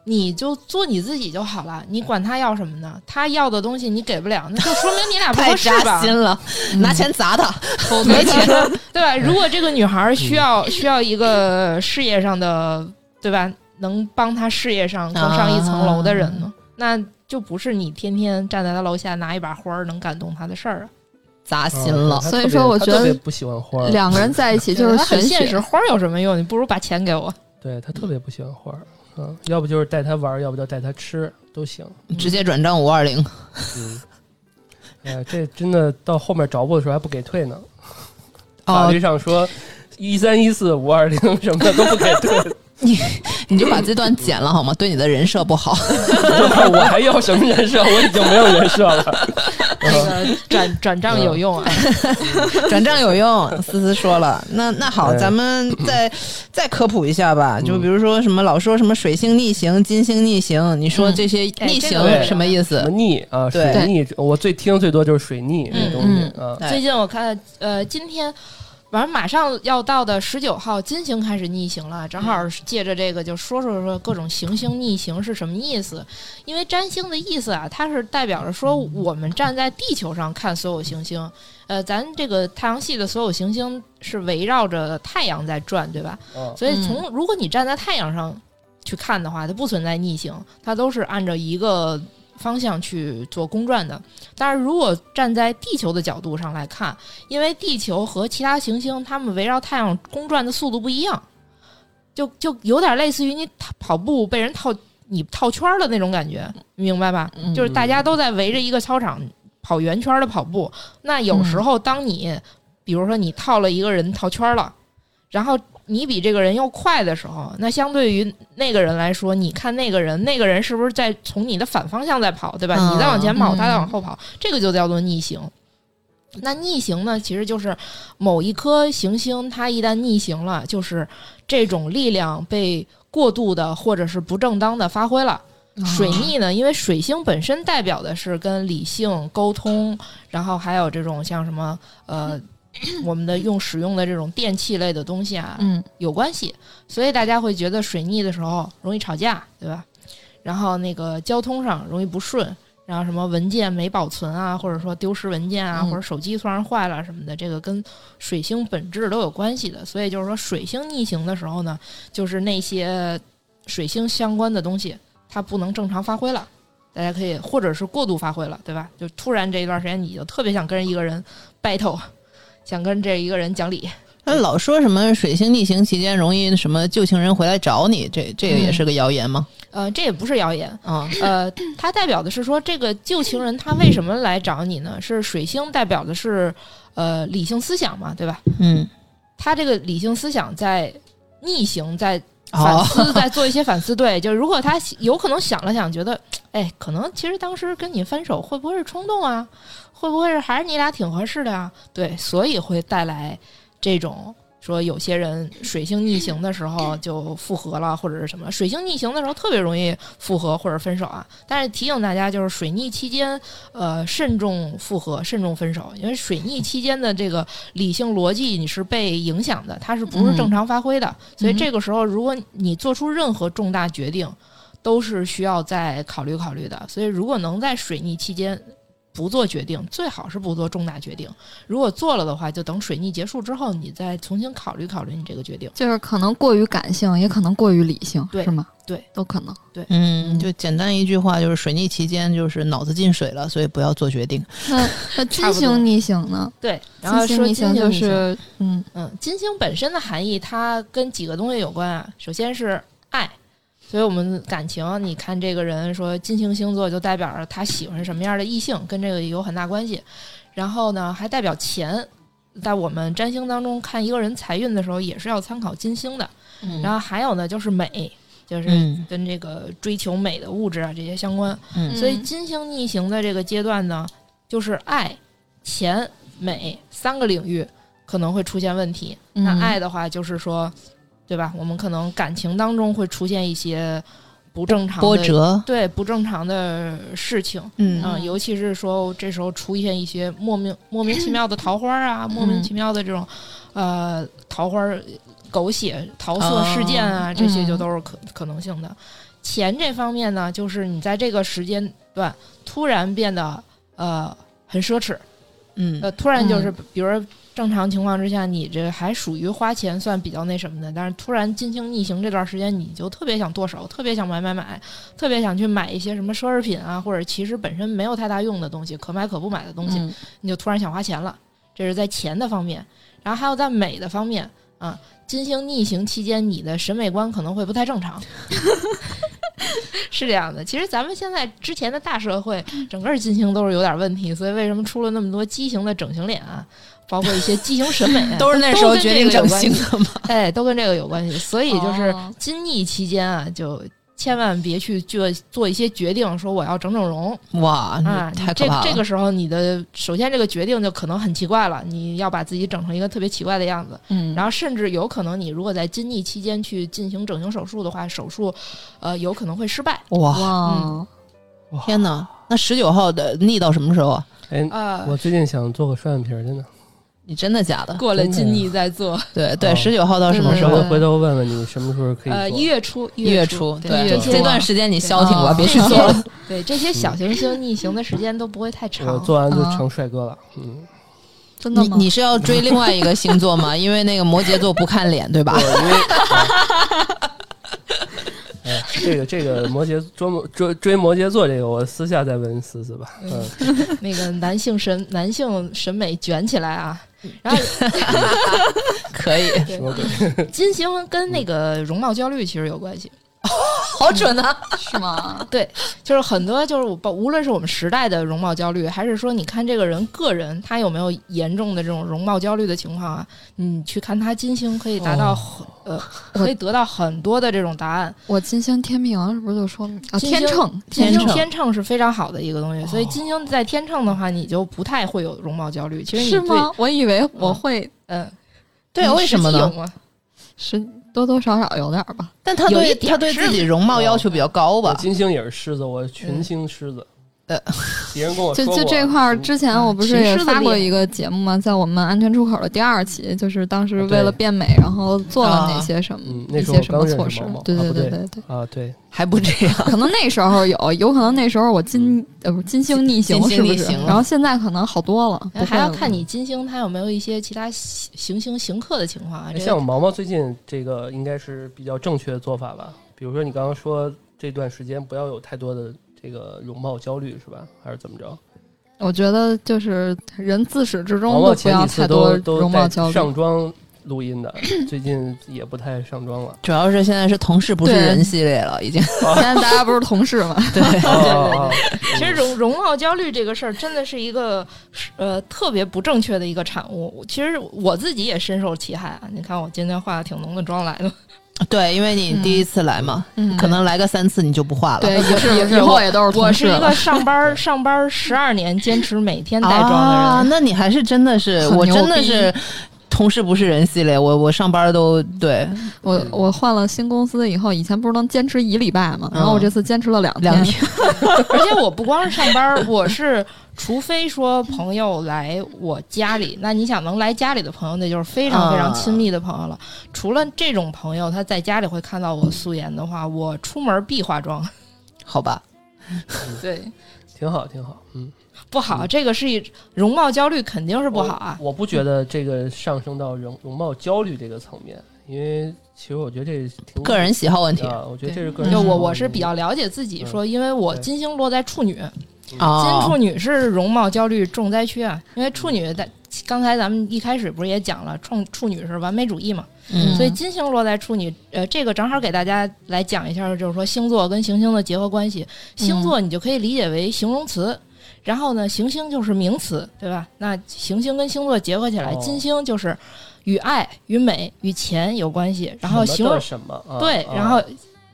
A: 你就做你自己就好了，你管他要什么呢？他要的东西你给不了，那就说明你俩不
B: 太
A: 合适吧
B: 扎。心了，
D: 嗯
B: 拿钱砸他， 没钱。
A: 对吧？如果这个女孩儿需要需要一个事业上的，对吧？能帮她事业上更上一层楼的人呢，
B: 啊
A: 那就不是你天天站在她楼下拿一把花儿能感动她的事儿啊。
B: 砸心了。
D: 所以说我觉得
C: 嗯他特别不喜欢花儿，
D: 嗯两个人在一起就
A: 对
D: 是
A: 她
D: 玄
A: 很现
D: 学
A: 实，，花儿有什么用？你不如把钱给 我。
C: 对他特别不喜欢花儿，嗯，要不就是带他玩儿，要不就带他吃，都行。
B: 直接转账五二零，
C: 嗯，哎，这真的到后面找补的时候还不给退呢。
B: 哦
C: 法律上说一三一四五二零什么的都不给退，
B: 你就把这段剪了好吗？对你的人设不好。
C: 我还要什么人设？我已经没有人设了。
A: 那个 转转账有用啊，
B: 转账有用，思思说了。那那好，
C: 对
B: 咱们再再科普一下吧。就比如说什么老说什么水星逆行、金星逆行，你说这些
A: 哎
B: 逆行
A: 这
C: 个
B: 什么意思
C: 什么？腻啊？
B: 对
C: 水逆，我最听最多就是水逆
A: 嗯
C: 这东西啊。
B: 对
A: 最近我看，呃，今天晚上马上要到的十九号，金星开始逆行了，正好借着这个就说说说各种行星逆行是什么意思。因为占星的意思啊，它是代表着说我们站在地球上看所有行星，呃，咱这个太阳系的所有行星是围绕着太阳在转，对吧？
C: 嗯
A: 所以从如果你站在太阳上去看的话，它不存在逆行，它都是按照一个方向去做公转的。但是如果站在地球的角度上来看，因为地球和其他行星它们围绕太阳公转的速度不一样，就就有点类似于你跑跑步被人套你套圈儿的那种感觉，你明白吧？
B: 嗯
A: 就是大家都在围着一个操场跑圆圈的跑步。那有
B: 嗯
A: 时候当你、比如说你套了一个人套圈了，然后你比这个人又快的时候，那相对于那个人来说，你看那个人，那个人是不是在从你的反方向在跑，对吧？
B: 嗯
A: 你在往前跑，
B: 嗯
A: 他在往后跑，这个就叫做逆行。那逆行呢，其实就是某一颗行星，它一旦逆行了，就是这种力量被过度的或者是不正当的发挥了。
D: 哦
A: 水
D: 啊
A: 逆呢，因为水星本身代表的是跟理性沟通，然后还有这种像什么呃，我们的用使用的这种电器类的东西啊
D: 嗯，
A: 有关系，所以大家会觉得水逆的时候容易吵架，对吧？然后那个交通上容易不顺，然后什么文件没保存啊，或者说丢失文件啊，
B: 嗯
A: 或者手机突然坏了什么的，这个跟水星本质都有关系的。所以就是说，水星逆行的时候呢，就是那些水星相关的东西，它不能正常发挥了。大家可以，或者是过度发挥了，对吧？就突然这一段时间，你就特别想跟一个人 battle，想跟这一个人讲理。
B: 他老说什么水星逆行期间容易什么旧情人回来找你，这这个也是个谣言吗？
A: 呃，这也不是谣言，
B: 啊，
A: 呃，它代表的是说这个旧情人他为什么来找你呢？是水星代表的是呃理性思想嘛，对吧？
B: 嗯，
A: 他这个理性思想在逆行，在反
B: 哦，
A: 思，在做一些反思。对，就是如果他有可能想了想，觉得，哎，可能其实当时跟你分手会不会是冲动啊？会不会是还是你俩挺合适的啊？对，所以会带来这种说有些人水星逆行的时候就复合了，或者是什么？水星逆行的时候特别容易复合或者分手啊。但是提醒大家，就是水逆期间，呃，慎重复合，慎重分手，因为水逆期间的这个理性逻辑你是被影响的，它是不是正常发挥的？所以这个时候，如果你做出任何重大决定，都是需要再考虑考虑的。所以，如果能在水逆期间不做决定，最好是不做重大决定。如果做了的话，就等水逆结束之后，你再重新考虑考虑你这个决定。
D: 就是可能过于感性，也可能过于理性，
A: 对
D: 是吗？
A: 对，
D: 都 可能。
B: 嗯，就简单一句话，就是水逆期间就是脑子进水了，所以不要做决定。
D: 那那
A: 差
D: 金
A: 不多
D: 星逆行呢？
A: 对，然后
D: 金
A: 说
D: 星逆
A: 金
D: 行
A: 星
D: 就
A: 逆行
D: 是嗯，
A: 嗯，金星本身的含义，它跟几个东西有关啊。首先是爱，所以我们感情，你看这个人说金星星座就代表着他喜欢什么样的异性，跟这个有很大关系。然后呢，还代表钱，在我们占星当中看一个人财运的时候，也是要参考金星的。然后还有呢，就是美，就是
B: 嗯
A: 跟这个追求美的物质啊这些相关。
B: 嗯
A: 所以金星逆行的这个阶段呢，就是爱、钱、美三个领域可能会出现问题。那
D: 嗯
A: 爱的话，就是说，对吧？我们可能感情当中会出现一些不正常的
B: 波，折，
A: 对不正常的事情。
B: 嗯
A: 嗯，尤其是说这时候出现一些莫名莫名其妙的桃花啊，莫名其妙的这种，呃，桃花狗血桃色事件啊，
D: 哦
A: 这些
D: 嗯
A: 就都是可可能性的。钱这方面呢，就是你在这个时间段突然变得呃很奢侈，
B: 嗯
A: 呃，突然就是，比如说正常情况之下，你这还属于花钱算比较那什么的，但是突然金星逆行这段时间，你就特别想剁手，特别想买买买，特别想去买一些什么奢侈品啊，或者其实本身没有太大用的东西，可买可不买的东西，
B: 嗯，
A: 你就突然想花钱了。这是在钱的方面，然后还有在美的方面啊。金星逆行期间，你的审美观可能会不太正常， 是这样的。其实咱们现在之前的大社会，整个金星都是有点问题，所以为什么出了那么多畸形的整形脸啊，包括一些畸形审美啊
B: 都是那时候
A: 跟
B: 决
A: 这
B: 定
A: 个有
B: 整
A: 关
B: 形
A: 系
B: 的嘛。
A: 哎，都跟这个有关系。所以就是
D: 哦
A: 金逆期间啊，就千万别去做做一些决定，说我要整整容，
B: 哇，
A: 啊，
B: 你嗯太可怕了！
A: 这这个时候，你的首先这个决定就可能很奇怪了，你要把自己整成一个特别奇怪的样子，
B: 嗯
A: 然后甚至有可能你如果在经历期间去进行整形手术的话，手术呃有可能会失败。
B: 哇，
A: 嗯
D: 哇，哦
B: 天哪！那十九号的逆到什么时候啊？
C: 哎，
A: 呃，
C: 我最近想做个双眼皮儿，真的。
B: 你真的假的？
A: 过了经历再做，
B: 对对，
C: 哦
B: 十九号到什么时
C: 回
B: 候
C: 头
D: 对？
C: 回头问问你什么时候可以做。
A: 呃，一月初，
B: 嗯一月初，啊
A: 对，
B: 对，
A: 这
B: 这
A: 些
B: 段时间你消停吧，
D: 哦
B: 别去做 了。嗯
A: 对这些小行星逆行的时间都不会太
C: 我
A: 长。
C: 做完就
D: 啊
C: 成帅哥了，嗯，
D: 真的
B: 你
D: 吗？
B: 你是要追另外一个星座 吗？因为那个摩羯座不看脸，对吧
C: 我？因为，哎呀，这个这个摩羯追摩追追摩羯座这个，我私下再问思思吧。嗯，
A: 那个男性审男性审美卷起来啊，
B: 嗯
A: 然后
B: 可以，
C: 什么鬼？
A: 金星跟那个容貌焦虑其实有关系。
B: 好准啊！
D: 是吗？
A: 对，就是很多就是我，无论是我们时代的容貌焦虑，还是说你看这个人个人他有没有严重的这种容貌焦虑的情况啊，你去看他金星可以达到
B: 哦
A: 很、呃，可以得到很多的这种答案。
D: 我金星天平是不是就说了啊？
A: 金星
D: 天秤，
B: 天
A: 金星
B: 秤哦
A: 天秤是非常好的一个东西，所以金星在天秤的话，你就不太会有容貌焦虑。其实你
D: 是
A: 对？
D: 吗？我以为我会
A: 嗯，
B: 对
A: 你
B: 为什么
A: 实际
B: 呢
A: 有吗？
D: 是多多少少有点儿吧。
B: 但他
A: 有一
B: 对
A: 点
B: 他对
A: 是
B: 自己容貌要求比较高
C: 我
B: 吧？
C: 金星也是狮子，我群星狮子。
B: 呃，
C: 别人跟我
D: 就
C: 说
D: 就
C: 过
D: 这块儿，之前
A: 嗯
D: 我不是
A: 群
D: 也
A: 狮子
D: 发过
A: 恋
D: 一个节目嘛，在我们安全出口的第二期，就是当时
C: 啊
D: 为了
C: 对
D: 变美，然后做了那
B: 啊
D: 些什么
C: 嗯，那
D: 一
C: 时
D: 些
C: 候我
D: 什么
C: 刚认
D: 措
C: 识
D: 施
C: 毛毛，，
D: 对
C: 啊
D: 对
C: 不
D: 对
C: 对
D: 对对。
C: 啊，对，
B: 还不这样，
D: 可能那时候有，有可能那时候我金呃不是金星逆行
B: 金
D: 是
B: 星
D: 不
B: 逆
D: 是
B: 行？了
D: 然后现在可能好多了，不
A: 哎还要
D: 会
A: 看
D: 了
A: 你金星它有没有一些其他行行星行克的情况啊？这个
C: 像我毛毛最近这个应该是比较正确的做法吧？比如说你刚刚说这段时间不要有太多的这个容貌焦虑是吧？还是怎么着？
D: 我觉得就是人自始至终
C: 王
D: 都
C: 茂
D: 不
C: 前
D: 要
C: 几
D: 太
C: 次
D: 多
C: 都都
D: 容貌
C: 在
D: 焦虑。
C: 上妆录音的，最近也不太上妆了。
B: 主要是现在是同事不是
D: 对
B: 人系列了，已经
D: 现在大家不是同事嘛，
B: 对。
C: 哦哦哦
A: 其实容容貌焦虑这个事儿真的是一个呃特别不正确的一个产物。我其实我自己也深受其害啊！你看我今天化的挺浓的妆来的，
B: 对，因为你第一次来嘛，
D: 嗯
B: 可能来个三次你就不化了。
D: 对，
A: 不是
D: 以
A: 不
D: 以
A: 是
D: 后
A: 我
D: 也都是
A: 我
D: 同
A: 是
D: 事
A: 一个
D: 了。
A: 上班儿上班十二年坚持每天带妆的人。
B: 啊，那你还是真的是，
D: 很
B: 我
D: 牛
B: 真的
D: 逼
B: 是同事不是人系列，我我上班都对
D: 我我换了新公司以后，以前不是能坚持一礼拜嘛，然后我这次坚持了两
B: 两
D: 天。
B: 天，
A: 而且我不光是上班儿，我是除非说朋友来我家里，那你想能来家里的朋友，那就是非常非
D: 啊
A: 常亲密的朋友了。除了这种朋友，他在家里会看到我素颜的话，我出门必化妆。
B: 好吧？
A: 对，
C: 挺好，挺好。嗯，
A: 不好，这个是一容貌焦虑，肯定是不好啊。
C: 我我不觉得这个上升到容容貌焦虑这个层面，因为其实我觉得这挺
B: 个人喜好问题
C: 啊，我觉得这是
A: 就
C: 个人。嗯
D: 对
A: 我我是比较了解自己，说因为我金星落在处女，
C: 哦
A: 金
B: 啊
A: 处，女是容貌焦虑重灾区啊。因为处
C: 嗯
A: 女在刚才咱们一开始不是也讲了，处处女是完美主义嘛，
B: 嗯
A: 所以金星落在处女，呃，这个正好给大家来讲一下，就是说星座跟行星的结合关系。
C: 嗯
A: 星座你就可以理解为形容词，然后呢，行星就是名词，对吧？那行星跟星座结合起来，
C: 哦
A: 金星就是与爱、与美、与钱有关系，然后
C: 什
A: 形
C: 么
A: 容
C: 的什么啊
A: 对，
C: 啊
A: 然后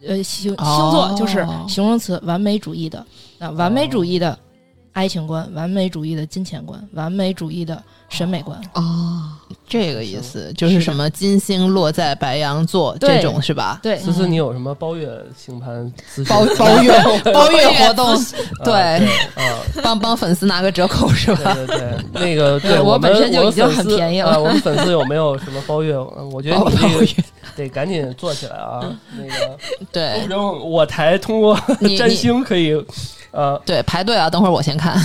A: 呃，星星
B: 哦
A: 座就是形容词，完美主义的，那完美主义的
C: 哦
A: 爱情观，完美主义的金钱观，完美主义的审美观。
D: 哦，
B: 这个意思就是什么金星落在白羊座
A: 对
B: 这种是吧？
A: 对，
C: 思思，你有什么包月星盘咨询？
B: 包月包月活动，
C: 啊
B: 对
C: 啊，
B: 帮帮粉丝拿个折扣是吧？
C: 对对 对，那个
A: 没
C: 对
A: 有我
C: 们
A: 本身就
C: 我们
A: 已经
C: 粉
A: 很
C: 丝
A: 便宜了
C: 啊我们粉丝有没有什么包月？嗯我觉得
B: 包
C: 你 这
B: 包
C: 个
B: 月嗯
C: 得赶紧做起来啊！那个，
B: 对
C: 不 然我台通过
B: 你
C: 占
B: 你
C: 星可以，呃，
B: 对排队啊，等会儿我先看。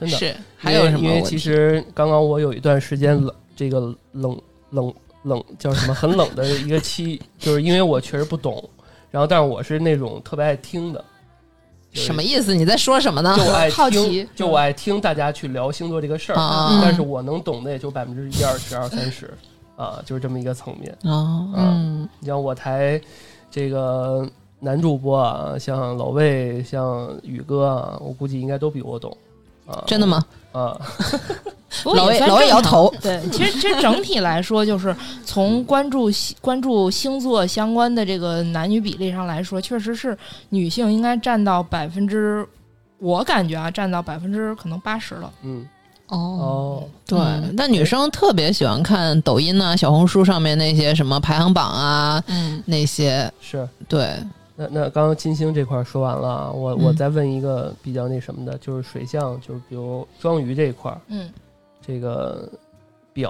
C: 真的
B: 是还有什么
C: 因为
B: 问
C: 因为其
B: 题？
C: 实刚刚我有一段时间冷，这个冷冷冷叫什么很冷的一个期，就是因为我确实不懂，然后但是我是那种特别爱听的，就是
B: 什么意思？你在说什么呢
C: 就？我爱
A: 好奇
C: 听，就我爱听大家去聊星座这个事儿，
B: 啊
C: 但是我能懂的也就百分之一二十二三十，啊，就是啊这么一个层面。
B: 哦，
D: 嗯，
C: 你像我台这个男主播啊，像老魏、像宇哥啊，我估计应该都比我懂啊。
B: 真的？吗？
C: 啊，
A: 不过
B: 老
A: 也
B: 魏
A: 算
B: 老魏
A: 正
B: 摇
A: 常
B: 头。
A: 对，其实其实整体来说，就是从关注星关注星座相关的这个男女比例上来说，确实是女性应该占到百分之，我感觉啊，占到百分之可能八十了。
C: 嗯，
D: 哦，
C: 哦，
B: 对
D: 嗯，
B: 但女生特别喜欢看抖音啊、小红书上面那些什么排行榜啊，
D: 嗯，
B: 那些
C: 是。
B: 对，
C: 那那刚刚金星这块儿说完了啊，我我
B: 嗯
C: 再问一个比较那什么的，就是水象，就是比如双鱼这一块儿，
A: 嗯，
C: 这个表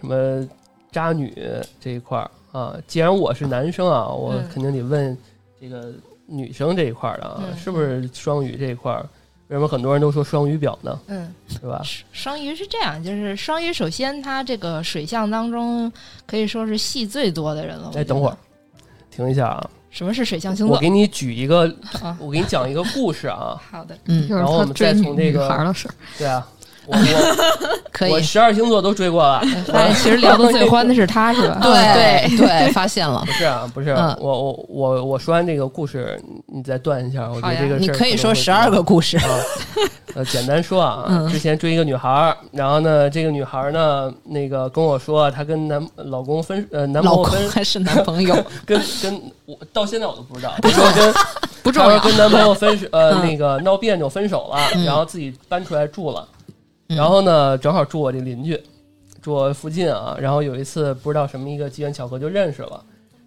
C: 什么渣女这一块儿啊，既然我是男生啊，我
A: 嗯
C: 肯定得问这个女生这一块儿的啊，
A: 嗯
C: 是不是双鱼这一块儿？为什么很多人都说双鱼表呢？
A: 嗯，
C: 是吧？
A: 双鱼是这样，就是双鱼，首先它这个水象当中可以说是戏最多的人了。我觉
C: 哎，
A: 得
C: 等会儿，，停一下啊，
A: 什么是水象星
C: 我
A: 座
C: 给你举一个，
A: 啊？
C: 我给你讲一个故 事啊，
A: 好的，
B: 嗯，
D: 就是
C: 然后我
D: 他
C: 们
D: 追
C: 再
D: 女
C: 从这
D: 女
C: 个
D: 孩的事儿。
C: 对啊， 我我
B: 可
C: 我
B: 以，
C: 十二星座都追过了，
A: 发现哎其实聊得最欢的是他，是吧？
B: 对对啊对，发现了
C: 不。是啊，不是啊、
B: 嗯
C: 我我我我说完这个故事，你再断一下，我觉
A: 好
C: 得
A: 呀
C: 这个
B: 你
C: 事儿
B: 可以
C: 能
B: 说
C: 会
B: 十二个故事，
C: 啊，呃，简单说啊
B: 嗯，
C: 之前追一个女孩儿，然后呢，这个女孩儿呢，那个跟我说，她跟男老公分，呃，男朋
B: 老
C: 友
B: 公
C: 分，
B: 还是男朋友？
C: 跟跟我到现在我都不知道，她说跟
D: 不重
C: 她说
D: 要，
C: 跟男朋友分手，呃，
B: 嗯
C: 那个闹别扭分手了，
B: 嗯
C: 然后自己搬出来住了，
B: 嗯
C: 然后呢，正好住我这邻居，住我附近啊，然后有一次不知道什么一个机缘巧合就认识了。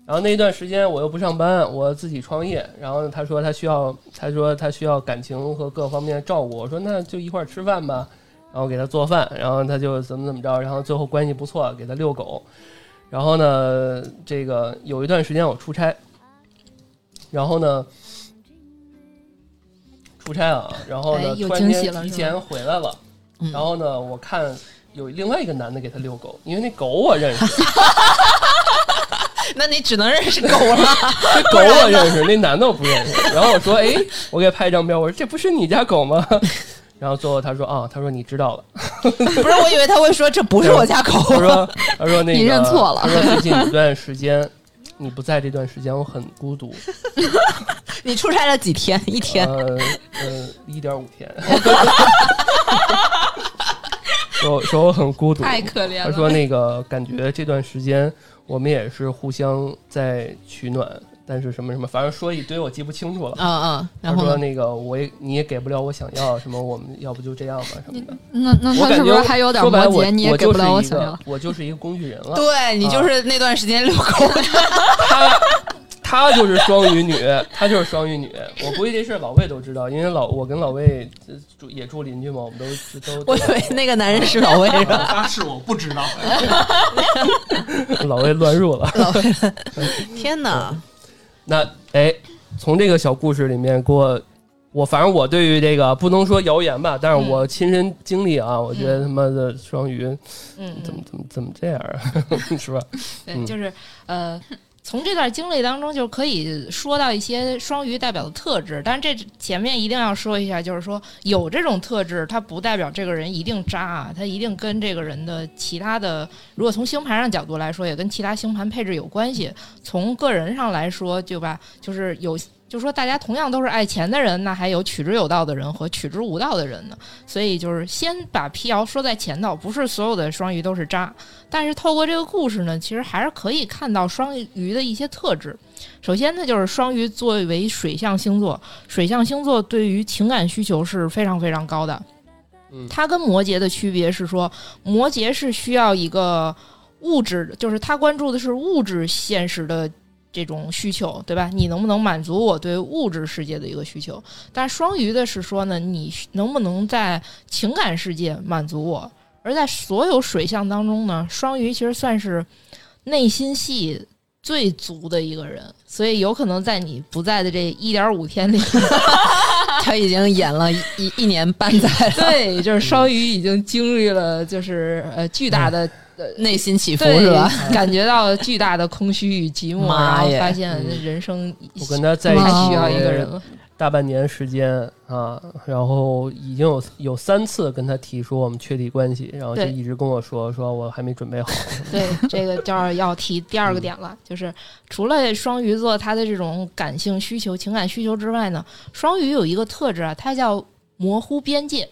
C: 然后那一段时间我又不上班，我自己创业。然后他说他需要，他说他需要感情和各方面照顾。我说那就一块儿吃饭吧，然后给他做饭，然后他就怎么怎么着，然后最后关系不错，给他遛狗。然后呢，这个有一段时间我出差，然后呢，出差啊，然后
A: 哎
C: 呢，
A: 有
C: 突然
A: 惊喜
C: 间
A: 了
C: 提
A: 是吧
C: 前回来了，
B: 嗯
C: 然后呢，我看有另外一个男的给他遛狗，因为那狗我认识。
B: 那你只能认识狗了。
C: 这狗我认识，那男的我不认识。然后我说，哎，我给他拍一张标，我说这不是你家狗吗？ 然后最后他说啊，他说你知道了。
B: 不是，我以为他会说这不是我家狗。
C: 他说他说那个
D: 你认错了
C: 他说最近一段时间你不在这段时间我很 孤独。
B: 你出差了几天？一天。
C: 呃呃，一点五天。 说说我很孤独，
B: 太可怜
C: 他
B: 了
C: 说那个感觉这段时间我们也是互相在取暖，但是什么什么，反正说一堆我记不清楚了。
D: 啊
B: 嗯嗯，然
C: 他
B: 后
C: 说
B: 呢？
C: 那个我也你也给不了我想要什么，我们要不就这样吧什么的。
D: 那那
C: 我
D: 他
C: 感
D: 是
C: 觉
D: 不是还有点
C: 说白
D: 摩
C: 了我
D: 羯？你也
C: 我
D: 给
C: 就
D: 不
C: 是
D: 了我
C: 一
D: 想要
C: 个。我就是一个工具人 了。
B: 对你
C: 啊
B: 就是那段时间遛狗 的，
C: 他他就是双鱼女，他就是双鱼女。我估计这事儿老魏都知道，因为老我跟老魏呃住也住邻居嘛，我们都都。
B: 我以为那个男人是老 魏，是吧？
E: 发誓我不知道，
C: 那老魏乱入了。 嗯
B: 天哪！
C: 那哎，从这个小故事里面给我，我反正我对于这个不能说谣言吧，但是我亲身经历啊，我觉得他妈的双鱼
A: 嗯，嗯
C: 怎么怎么怎么这样啊， 是吧？
A: 对，
C: 嗯
A: 就是呃，从这段经历当中就可以说到一些双鱼代表的特质，但是这前面一定要说一下，就是说有这种特质，它不代表这个人一定渣啊，他一定跟这个人的其他的，如果从星盘上角度来说，也跟其他星盘配置有关系。从个人上来说，对吧？就是有。就说大家同样都是爱钱的人，那还有取之有道的人和取之无道的人呢。所以就是先把辟谣说在前头，不是所有的双鱼都是渣。但是透过这个故事呢，其实还是可以看到双鱼的一些特质。首先呢，就是双鱼作为水象星座，水象星座对于情感需求是非常非常高的。
C: 嗯
A: 它跟摩羯的区别是说，摩羯是需要一个物质，就是他关注的是物质现实的这种需求，对吧？你能不能满足我对物质世界的一个需求？但双鱼的是说呢，你能不能在情感世界满足我？而在所有水象当中呢，双鱼其实算是内心戏最足的一个人，所以有可能在你不在的这一点五天里，
C: 嗯
B: 他已经演了一一一年半载了，
A: 对，就是双鱼已经经历了就是呃巨大的
B: 内心起伏
A: 对
B: 是吧？？
A: 感觉到了巨大的空虚与寂寞，然
B: 妈
A: 后
B: 耶
A: 发现人生
C: 我跟他在一
A: 太
C: 起 啊
A: 需要一个人了。
C: 大半年时间啊，然后已经有有三次跟他提说我们确立关系，然后就
A: 对
C: 一直跟我说说我还没准备好，
A: 对，这个就是要提第二个点了，就是除了双鱼座他的这种感性需求、情感需求之外呢，双鱼有一个特质啊，它叫模糊边界。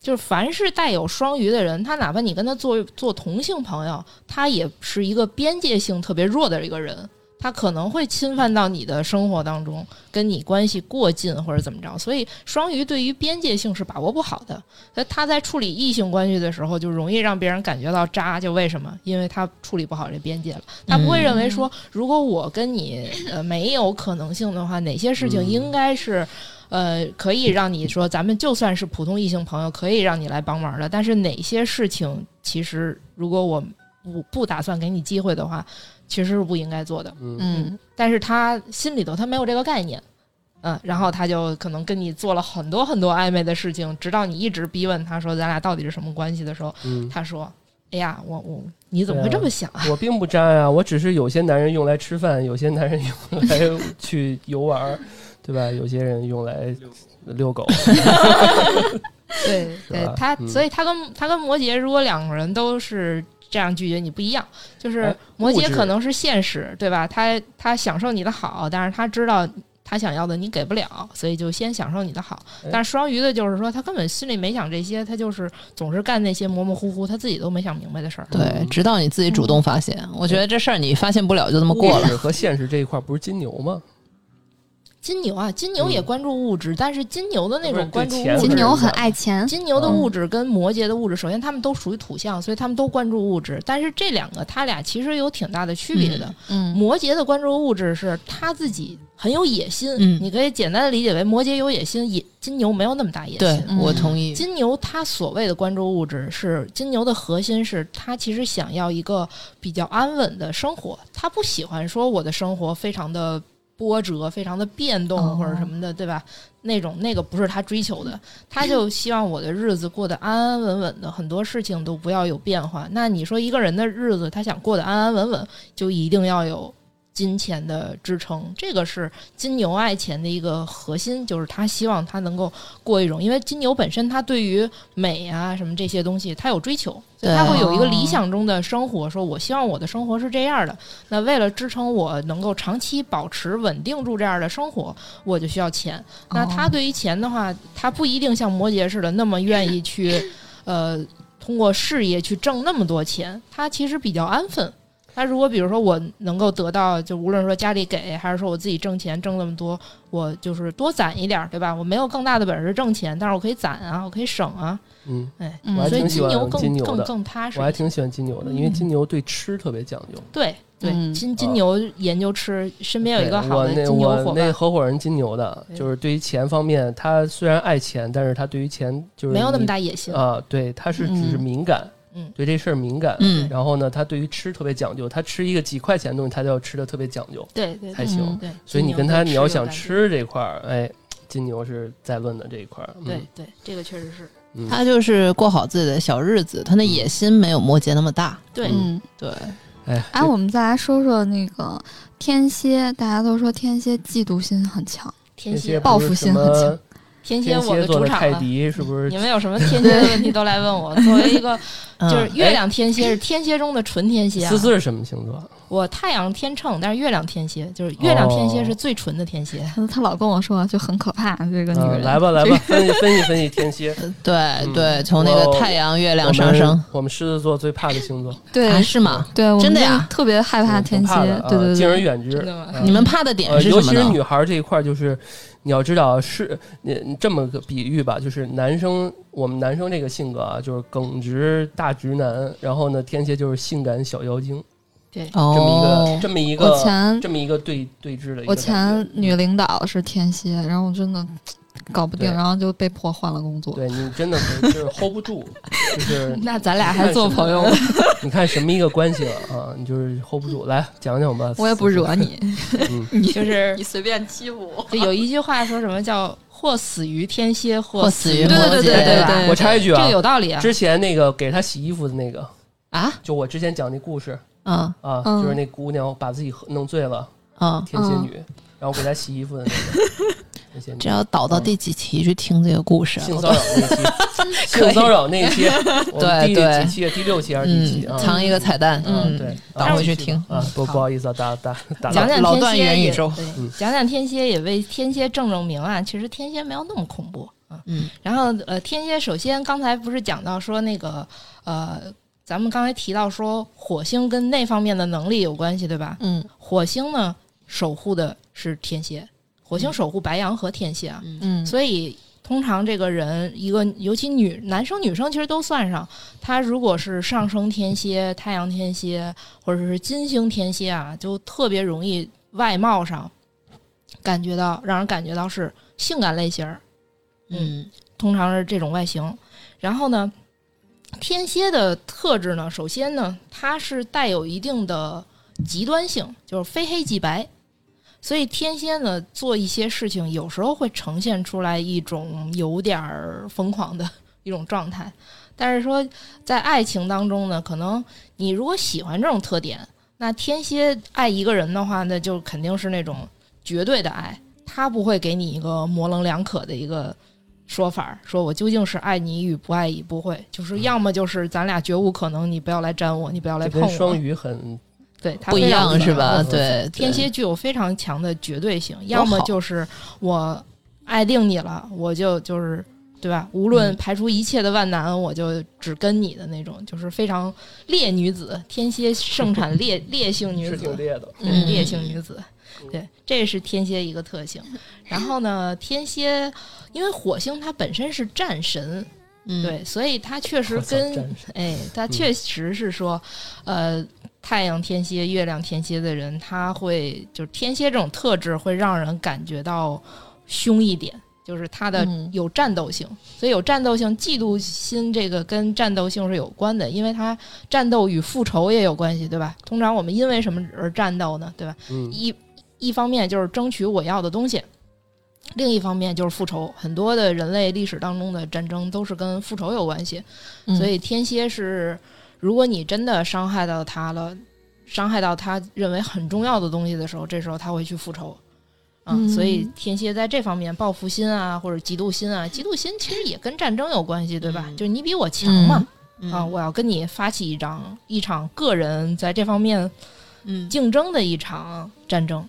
A: 就是凡是带有双鱼的人，他哪怕你跟他做做同性朋友，他也是一个边界性特别弱的一个人，他可能会侵犯到你的生活当中，跟你关系过近或者怎么着。所以双鱼对于边界性是把握不好的。那他在处理异性关系的时候，就容易让别人感觉到渣，就为什么？因为他处理不好这边界了，他不会认为说，如果我跟你呃没有可能性的话，哪些事情
C: 嗯
A: 应该是。呃，可以让你说，咱们就算是普通异性朋友，可以让你来帮忙的。但是哪些事情，其实如果我不不打算给你机会的话，其实是不应该做的。
C: 嗯，
B: 嗯，
A: 但是他心里头他没有这个概念，嗯，然后他就可能跟你做了很多很多暧昧的事情，直到你一直逼问他说咱俩到底是什么关系的时候，
C: 嗯
A: 他说：“哎呀，我我你怎么会这么想啊？
C: 我并不渣呀、我只是有些男人用来吃饭，有些男人用来去游玩 儿，对吧？有些人用来遛狗，
A: 对对
C: 吧，
A: 他
C: 嗯
A: 所以他跟他跟摩羯如果两个人都是。”这样拒绝你不一样，就是
C: 哎
A: 摩
C: 物
A: 羯
C: 质
A: 可能是现实，对吧？他他享受你的好，但是他知道他想要的你给不了，所以就先享受你的好
C: 哎。
A: 但是双鱼的就是说，他根本心里没想这些，他就是总是干那些模模糊糊，他自己都没想明白的事儿。
B: 对，直到你自己主动发现，我觉得这事儿你发现不了就这么过
C: 物
B: 了。
C: 质和现实这一块儿不是金牛吗？
A: 金牛啊，金牛也
C: 嗯
A: 关注物质，但是金牛的那
C: 不是
A: 种
C: 对
A: 关注物
C: 钱不
A: 质
C: 是
D: 金牛很爱钱，
A: 金牛的
C: 嗯
A: 物质跟摩羯的物质，首先他们都属于土象，所以他们都关注物质。但是这两个，他俩其实有挺大的区别的。
B: 嗯，
A: 摩羯的关注物质是他自己很有野心，
B: 嗯
A: 你可以简单的理解为摩羯有野心，野金牛没有那么大野
B: 对
A: 心。
D: 嗯
B: 我同意。
A: 金牛它所谓的关注物质是金牛的核心是，它其实想要一个比较安稳的生活，它不喜欢说我的生活非常的波折、非常的变
B: 哦
A: 动或者什么的，对吧？那种那个不是他追求 的，他就希望我的日子过得安安稳稳的，很多事情都不要有变化。那你说一个人的日子，他想过得安安稳稳，就一定要有金钱的支撑，这个是金牛爱钱的一个核心，就是他希望他能够过一种，因为金牛本身他对于美啊什么这些东西，他有追求，所以他
B: 对
A: 会有一个理想中的生活，说我希望我的生活是这样的。那为了支撑我能够长期保持稳定住这样的生活，我就需要钱。那他对于钱的话，他不一定像摩羯似的那么愿意去，呃，通过事业去挣那么多钱。他其实比较安分。他如果比如说我能够得到，就无论说家里给，还是说我自己挣钱挣那么多，我就是多攒一点儿，对吧？我没有更大的本事挣钱，但是我可以攒啊，我可以省啊，
C: 嗯，
A: 哎，
C: 我还
A: 所以
C: 挺喜
A: 金牛
C: 欢
A: 更
C: 金牛
A: 更
C: 的，
A: 更踏实
C: 我。还挺喜欢
A: 嗯
C: 金牛的，因为金牛对吃特别讲究。
A: 对对，
B: 嗯
A: 金金牛研究吃，身边有一个
C: 啊对
A: 好的
C: 我那
A: 金牛伙
C: 我那
A: 伴，
C: 合伙人金牛的，
A: 对
C: 就是对于钱方面，他虽然爱钱，但是他对于钱就是
A: 没有那么
C: 你
A: 大野心。
C: 啊，对，他是只是
B: 嗯
C: 敏感，
A: 嗯
C: 对这事儿敏感。
B: 嗯，
C: 然后呢，他对于吃特别讲究，他吃一个几块钱的东西，他就要吃的特别讲究
A: 对对
C: 才
A: 对
C: 行。
B: 嗯
A: 对，
C: 所以你
A: 金牛
C: 跟他，
A: 对
C: 你要
A: 有
C: 想
A: 感觉，
C: 吃这块儿，哎，金牛是在论的这一块儿。嗯、
A: 对，对，这个确实是
C: 嗯、
B: 他就是过好自己的小日子，他的野心没有摩羯那么大。
A: 对。
B: 嗯，对，
C: 哎，
D: 哎，我们再来说说那个天蝎，大家都说天蝎嫉妒心很强，
A: 天
C: 这些
A: 蝎，哦
C: 不是
D: 报复心
C: 什
D: 很
C: 么
D: 强
A: 天蝎
C: 天
A: 我
C: 蝎
A: 的
C: 座
A: 主
C: 的
A: 场
C: 泰
A: 了。
C: 迪是不是
A: 你？们有什 么天蝎的问题都来问我。作为一个
B: 嗯
A: 就是月亮天蝎是天蝎中的纯天蝎啊
C: 哎思，思是什么星座？
A: 我太阳天秤，但是月亮天蝎就是月亮天
C: 哦
A: 蝎是最纯的天 蝎。
D: 她她老跟我说就很可怕，这个女
C: 啊
D: 人。
C: 来吧来吧，分析分析分析天蝎。
B: 嗯对
C: 嗯
B: 对，从那
C: 我
B: 个太阳、月亮
C: 我
B: 上
C: 们
B: 升
C: 我们狮子座最怕的星座，
D: 对、
B: 啊，是吗？
D: 对，我
B: 真的
D: 们就
B: 呀
D: 特别害怕天
C: 挺
D: 蝎
C: 怕的，啊
D: 对对
C: 敬而
D: 对，
C: 远之
A: 真。的吗
C: 嗯
B: 你们怕的点
C: 呃，
B: 是
C: 尤
B: 什
C: 其
B: 么
C: 是
B: 呢？
C: 女孩儿这一块，儿，就是你要知道是，你这么个比喻吧，就是男生，我们男生这个性格啊，就是耿直大直男，然后呢，天蝎就是性感小妖精，这么一个、
B: 哦，
C: 这么一
D: 我
C: 个
D: 前
C: 这么一个对对峙的一个感觉。
D: 我前女领导是天蝎，然后我真的搞不定，
C: 对
D: 然后就被迫换了工作。
C: 对你真的是就是 hold 不住， 就是
A: 那咱俩还做朋友吗？
C: 你看什么一个关系了啊？你就是 hold 不住，来讲讲吧。
D: 我也不惹你，
C: 嗯
D: 你
A: 就是
E: 你随便欺负我，
A: 就有一句话说什么叫“或死于天蝎，或
B: 或死于
A: 于
B: 摩羯
A: 对
B: 对
A: 对
B: 吧
A: 吧
C: 我插一句
A: 这
C: 啊
A: 个，有道理啊。
C: 之前那个给他洗衣服的那个
B: 啊，
C: 就我之前讲那故事
B: 嗯
C: 啊，
D: 嗯
C: 就是那姑娘把自己喝弄醉了，
B: 嗯，
C: 天蝎女，然后给她洗衣服的那个 天蝎女
B: 这，要倒到第几期去听这个故事啊？
C: 性骚扰那期，性骚扰那期，我们第
B: 对对
C: 几期？第六期还是第
B: 嗯
C: 几期啊？，
B: 藏一个彩蛋，
C: 嗯，
B: 嗯，
C: 对，
B: 倒回去听。
C: 啊，不不
A: 好
C: 好意思啊，打打打
A: 讲
C: 打，
A: 讲
B: 老
A: 天
B: 段
A: 蝎
B: 元宇
A: 也
B: 宙
A: 对
C: 嗯
A: 讲讲天蝎也为天蝎正正明啊，其实天蝎没有那么恐怖啊。
B: 嗯，
A: 然后呃，天蝎首先刚才不是讲到说那个呃，咱们刚才提到说火星跟那方面的能力有关系，对吧？
B: 嗯
A: 火星呢守护的是天蝎，火星守护白羊和天蝎啊，
B: 嗯，
A: 所以通常这个人一个，尤其女男生女生其实都算上，他如果是上升天蝎、太阳天蝎或者是金星天蝎啊，就特别容易外貌上感觉到让人感觉到是性感类型儿，
B: 嗯
A: 通常是这种外形。然后呢，天蝎的特质呢，首先呢，它是带有一定的极端性，就是非黑即白。所以天蝎呢，做一些事情有时候会呈现出来一种有点儿疯狂的 一种状态。但是说，在爱情当中呢，可能你如果喜欢这种特点，那天蝎爱一个人的话，那就肯定是那种绝对的爱，他不会给你一个模棱两可的一个说法儿，说我究竟是爱你与不爱你，不会，
C: 嗯
A: 就是要么就是咱俩绝无可能，你不要来沾我，你不要来
C: 这
A: 碰我。
C: 跟双鱼很
A: 对，它
B: 不一
A: 非常
B: 样
A: 复杂
B: 是吧？
C: 嗯
B: 对，
A: 天蝎具有非常强的绝对性，要么就是我爱定你了，我就就是对吧？无论
B: 嗯
A: 排除一切的万难，我就只跟你的那种，就是非常烈女子。天蝎盛产 烈烈性女
C: 是挺
A: 子，
C: 烈的，
A: 嗯，
B: 嗯
A: 烈性女子，对，这是天蝎一个特性。然后呢，天蝎因为火星它本身是战神，
B: 嗯，
A: 对，所以它确实
C: 我操
A: 嗯跟
C: 战神
A: 哎，他
C: 嗯
A: 确实是说，呃，太阳天蝎、月亮天蝎的人，他会就是天蝎这种特质会让人感觉到凶一点，就是他的
B: 嗯
A: 有战斗性，所以有战斗性，嫉妒心这个跟战斗性是有关的，因为他战斗与复仇也有关系，对吧？通常我们因为什么而战斗呢？对吧？
C: 嗯，
A: 一一方面就是争取我要的东西，另一方面就是复仇。很多的人类历史当中的战争都是跟复仇有关系。
B: 嗯
A: 所以天蝎是，如果你真的伤害到他了，伤害到他认为很重要的东西的时候，这时候他会去复仇。啊，
D: 嗯
A: 所以天蝎在这方面报复心啊，或者嫉妒心啊，嫉妒心其实也跟战争有关系，对吧？
B: 嗯
A: 就是你比我强嘛，
B: 嗯
A: 啊，我要跟你发起一场一场个人在这方面
B: 嗯
A: 竞争的一场战争，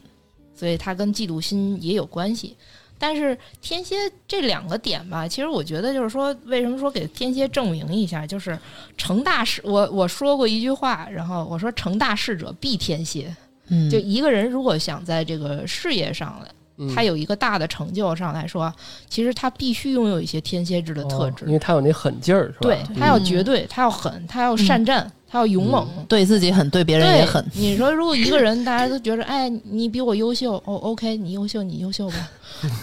A: 所以它跟嫉妒心也有关系。但是天蝎这两个点吧，其实我觉得就是说，为什么说给天蝎证明一下，就是成大事。我我说过一句话，然后我说成大事者必天蝎。
B: 嗯
A: 就一个人如果想在这个事业上来，
C: 嗯
A: 他有一个大的成就上来说，其实他必须拥有一些天蝎质的特
C: 哦
A: 质。
C: 因为他有那狠劲儿，是吧？
A: 对
C: 嗯
A: 他要绝对，他要狠，他要善战，他要勇猛。
B: 对自己狠，对别人也狠。
A: 对你说，如果一个人大家都觉得，哎，你比我优秀，哦，OK，你优秀，你优秀吧，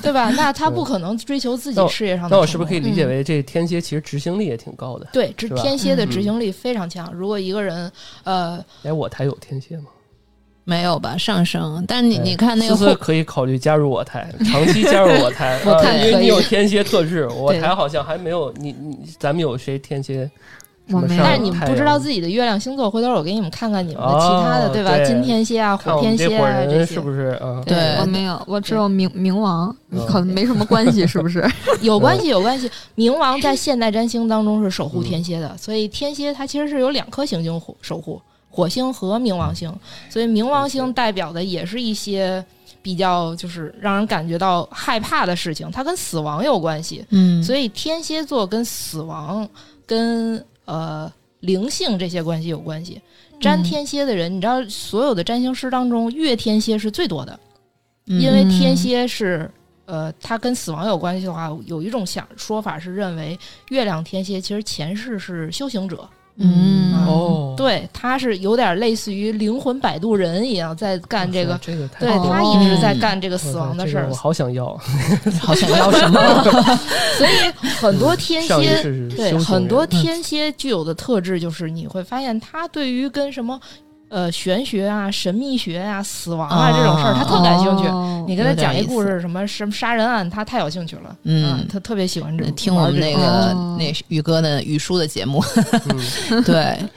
A: 对吧？那他不可能追求自己事业上的
C: 那我
A: 成
C: 是不是可以
A: 功
C: 理解为这天蝎其实执行力也挺高的？
A: 对，执
C: 是吧
A: 天蝎的
D: 嗯
A: 执行力非常强。如果一个人，呃，，
C: 哎，我台有天蝎吗？
B: 没有吧？上升，但你
C: 哎
B: 你看那个
C: 思思
B: 后，
C: 可以考虑加入我台，长期加入我台
A: 我
C: 啊
A: 看
C: 因
A: 可以
C: 为你有天蝎特质，我
A: 对
C: 台好像还没有你你，咱们有谁天蝎？
D: 我没有
C: 什么事儿
A: 但是你们不知道自己的月亮星座，回头我给你们看看你们的其他的，
C: 哦
A: 对吧？
C: 对
A: 金天蝎啊，
C: 看
A: 火
C: 我
A: 天
C: 们这
A: 蝎
C: 伙
A: 啊，这
C: 人
A: 些
C: 是不是？嗯，
B: 对
D: 我没有，我只有冥冥王，
B: 嗯
D: 可能没什么关系，是不 是？
A: 有关系，有关系。冥王在现代占星当中是
B: 嗯
A: 守护天蝎的，所以天蝎它其实是有两颗行星护守护，火星和冥王星。
B: 嗯
A: 所以冥王星代表的也是一些比较就是让人感觉到害怕的事情，它跟死亡有关系。
B: 嗯，
A: 所以天蝎座跟死亡、跟呃灵性这些关系有关系。
B: 嗯
A: 占天蝎的人，你知道，所有的占星师当中，月天蝎是最多的。
B: 以
A: 因为天
D: 嗯
A: 蝎是呃，它跟死亡有关系的话，有一种想说法是认为月亮天蝎其实前世是修行者，
B: 嗯
C: 哦，
A: 对，他是有点类似于灵魂摆渡人一样在干这
C: 哇
A: 个
C: 塞，这个太
A: 对
C: 好了
A: 他
C: 哇
A: 一直在干这个死
C: 塞
A: 亡的
C: 这
A: 事
C: 个
A: 儿
C: 我，好想 要。
B: 好想要 什么？
A: 所以很多 天
C: 上一
A: 蝎。
C: 世是
A: 对
C: 修行
A: 很多
C: 人嗯
A: 天蝎具有的特质，就是你会发现他对于跟什么，呃，玄学啊、神秘学啊、死亡啊这种事儿，他特感
C: 哦
A: 兴趣。
D: 趣
A: 你跟他
B: 哦有点
A: 讲一
B: 意
A: 故
B: 思
A: 事，什么什么杀人案，他太有兴趣了。啊
B: 嗯，
A: 他特别喜欢这 种
B: 听我们那个
D: 哦
B: 那宇哥的宇叔的节目，
C: 嗯
B: 对
C: 哎，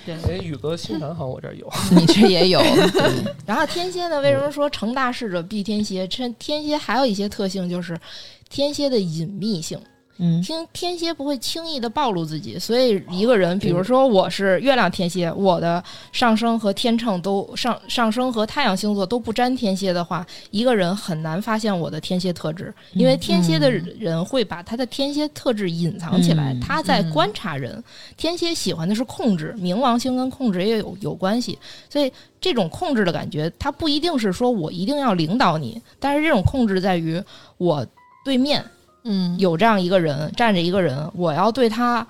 C: 宇哥星盘好像我这儿有，
B: 你这也有，
A: 然后天蝎呢，为什么说成大事者必天蝎？天天蝎还有一些特性就是天蝎的隐秘性，
B: 嗯
A: 听天蝎不会轻易的暴露自己，所以一个人，比如说我是月亮天蝎，我的上升和天秤都上上升和太阳星座都不沾天蝎的话，一个人很难发现我的天蝎特质，因
B: 嗯
A: 为天蝎的人会把他的天蝎特质隐藏起来，
B: 嗯
A: 他在观察人。天蝎喜欢的是控制，冥王星跟控制也有有关系，所以这种控制的感觉，它不一定是说我一定要领导你，但是这种控制在于我对面。
D: 嗯，
A: 有这样一个人站着一个人，我要对他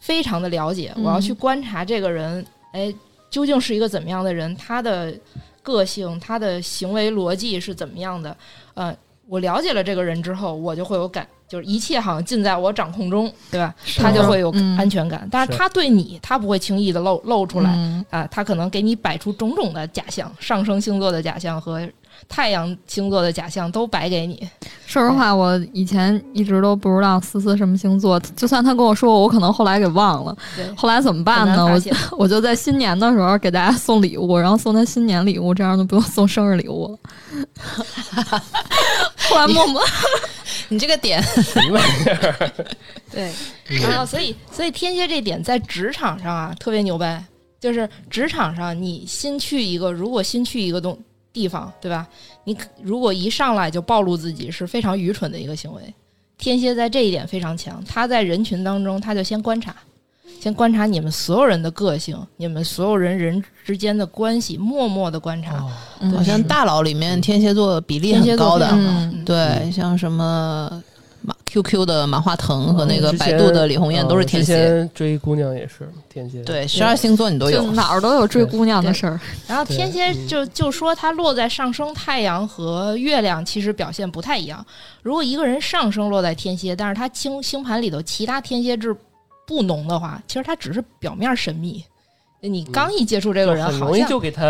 A: 非常的了解，
D: 嗯
A: 我要去观察这个人，哎，究竟是一个怎么样的人，他的个性、他的行为逻辑是怎么样的？呃，我了解了这个人之后，我就会有感，就是一切好像尽在我掌控中，对吧？
D: 是
A: 他就会有
D: 嗯
A: 安全感，但是
C: 是
A: 他对你，他不会轻易的露露出来。
D: 嗯
A: 啊，他可能给你摆出种种的假象，上升星座的假象和太阳星座的假象都摆给你。
D: 说实话，我以前一直都不知道思思什么星座，就算她跟我说过，我可能后来给忘了。
A: 对，
D: 后来怎么办
A: 很难
D: 呢？
A: 发
D: 我
A: 现
D: 我就在新年的时候给大家送礼物，然后送她新年礼物，这样就不用送生日礼物 了。后来默默
B: 你这个点，
C: 什么玩意儿？
A: 对，然后所以所以天蝎这点在职场上啊特别牛掰，就是职场上你新去一个，如果新去一个东地方，对吧？你可如果一上来就暴露自己是非常愚蠢的一个行为。天蝎在这一点非常强，他在人群当中他就先观察，先观察你们所有人的个性，你们所有人人之间的关系，默默的观察。
C: 哦
B: 好像大佬里面天蝎座比例
A: 天蝎
B: 很
A: 座
B: 高的
A: 非，常高
D: 嗯
A: 嗯
B: 对，像什么马 QQ 的马化腾和那个
C: 哦嗯之
B: 百
C: 前
B: 度的李红艳都是天
C: 嗯我之
B: 蝎，
C: 前追姑娘也是天蝎，
B: 对，十二星座你都
D: 就
A: 嗯
B: 有，
D: 哪儿都有追姑娘的事儿。
A: 然后天蝎
C: 对嗯
A: 就就说它落在上升太阳和月亮，其实表现不太一样。如果一个人上升落在天蝎，但是他星星盘里头其他天蝎质不浓的话，其实他只是表面神秘。你刚一接触这
C: 这
A: 个人，
C: 嗯很
A: 好
C: 容易
A: 像
C: 就给他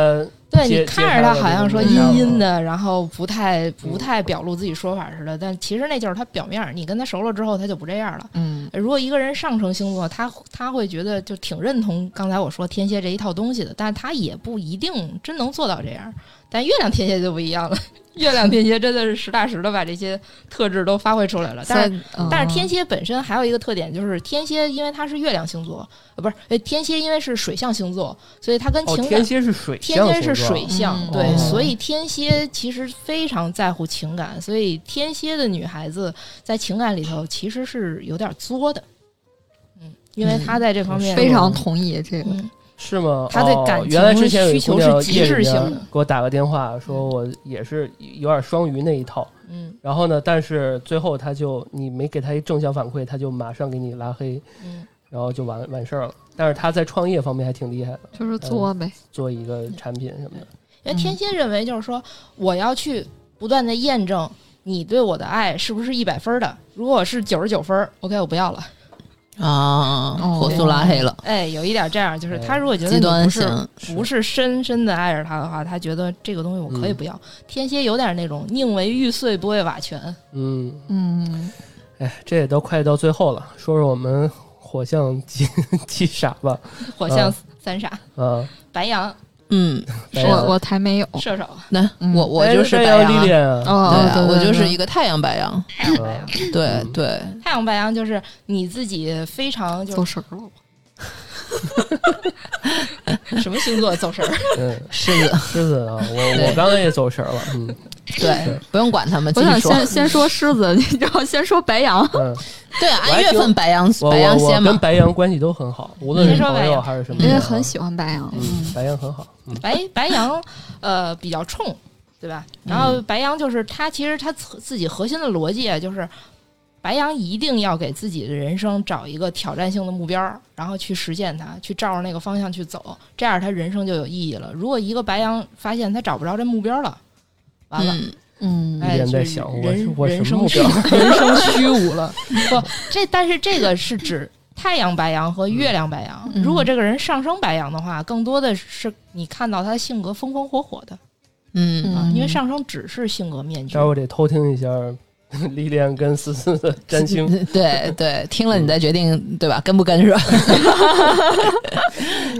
A: 对
C: 接
A: 你看着他好像说
C: 接他的
A: 阴
C: 这个嗯
A: 阴的，然后不太不太表露自己说法似的，但其实那就是他表面儿。你跟他熟了之后，他就不这样了。
B: 嗯
A: 如果一个人上升星座，他他会觉得就挺认同刚才我说天蝎这一套东西的，但他也不一定真能做到这样。但月亮天蝎就不一样了，月亮天蝎真的是实打实的把这些特质都发挥出来了。但是
D: 是
A: 但是天蝎本身还有一个特点，就是天蝎因为它是月亮星座，呃，不是呃天蝎因为是水象星座，所以它跟
C: 哦，
A: 情感、
C: 天蝎是水
A: 天
C: 象星座，
A: 蝎是水象，
B: 嗯
A: 对，
C: 哦
A: 所以天蝎其实非常在乎情感，所以天蝎的女孩子在情感里头其实是有点作的，嗯，因为她在这方面、
D: 非常同意这个，
A: 嗯，
C: 是吗？
A: 他对感
C: 哦、
A: 情
C: 原来之前有一
A: 需
C: 姑
A: 求是
C: 娘
A: 极
C: 夜里
A: 致性
C: 面
A: 的
C: 给我打个电话，说我也是有点双鱼那一套。
A: 嗯
C: 然后呢，但是最后他就你没给他一正向反馈，他就马上给你拉黑，
A: 嗯，
C: 然后就完完事儿了。但是他在创业方面还挺厉害的，
D: 就是作呗。
C: 做一个产品什么的。
A: 因为天蝎认为就是说我要去不断的验证你对我的爱是不是一百分儿的，如果是九十九分儿，OK，我不要了。
B: 啊，
D: 哦
B: 火速拉黑了，
A: 哎，有一点这样，就是他如果觉得
B: 哎极
A: 你
B: 端
A: 不是
B: 型，
A: 不是深深的爱着他的话，他觉得这个东西我可以不要。天蝎有点那种宁为玉碎不为瓦全，
C: 嗯，
D: 嗯，
C: 哎，这也都快到最后了，说说我们火象 七七傻吧。
A: 火象三傻，
C: 啊，
A: 白羊、
B: 嗯，
C: 白
D: 我
C: 羊
D: 我才没有。
A: 射手、
B: 那
D: 嗯
B: 我我就是
C: 白
B: 白
C: 羊
B: 羊
C: 历
B: 啊，
C: 练啊。
D: 哦，
B: 对
D: 哦
B: 啊，
D: 对
B: 我
D: 对
B: 就是
D: 对
B: 一个太阳白羊，
A: 太阳白羊。
B: 对
C: 嗯
B: 对，
A: 太阳白羊就是你自己非常就
D: 走
A: 是
D: 神儿了。
A: 什么星座走神儿，
C: 嗯，
B: 狮子，
C: 狮子啊，我我
B: 对
C: 刚才也走神儿了。嗯
B: 对，不用管他们，继
D: 我想
B: 续说。
D: 先先说狮子，你知道，先说白羊。
C: 嗯，
B: 对啊，
C: 我还
B: 按月
C: 挺
B: 份白羊
C: 我
B: 白
C: 嗯我
B: 羊
C: 我
B: 先
C: 跟
B: 嘛，
C: 白羊关系都很好，无论
A: 别
C: 是
A: 说
C: 朋
A: 白
C: 友
A: 羊
C: 还是什么
D: 因
C: 的啊，
D: 为嗯很喜欢白羊，
C: 嗯，白羊很好。嗯
A: 白白羊呃比较冲，对吧？然后白羊就是他其实他自自己核心的逻辑啊就是。白羊一定要给自己的人生找一个挑战性的目标儿，然后去实现它，去照着那个方向去走，这样他人生就有意义了。如果一个白羊发现他找不着这目标了，完了，
B: 嗯，
D: 嗯
A: 哎，
C: 一边在
A: 就是
C: 想我
A: 人
C: 我什
A: 人
C: 么
A: 生
C: 目标
A: 虚人生虚无了。不，这但是这个是指太阳白羊和月亮白羊。
D: 嗯
A: 如果这个人上升白羊的话，更多的是你看到他的性格风风火火的
B: 嗯，
A: 啊
D: 嗯，
A: 因为上升只是性格面具
C: 待会。儿我得偷听一下 历练跟思思的占星。
B: 对对，听了你再决定对吧？跟不跟是吧？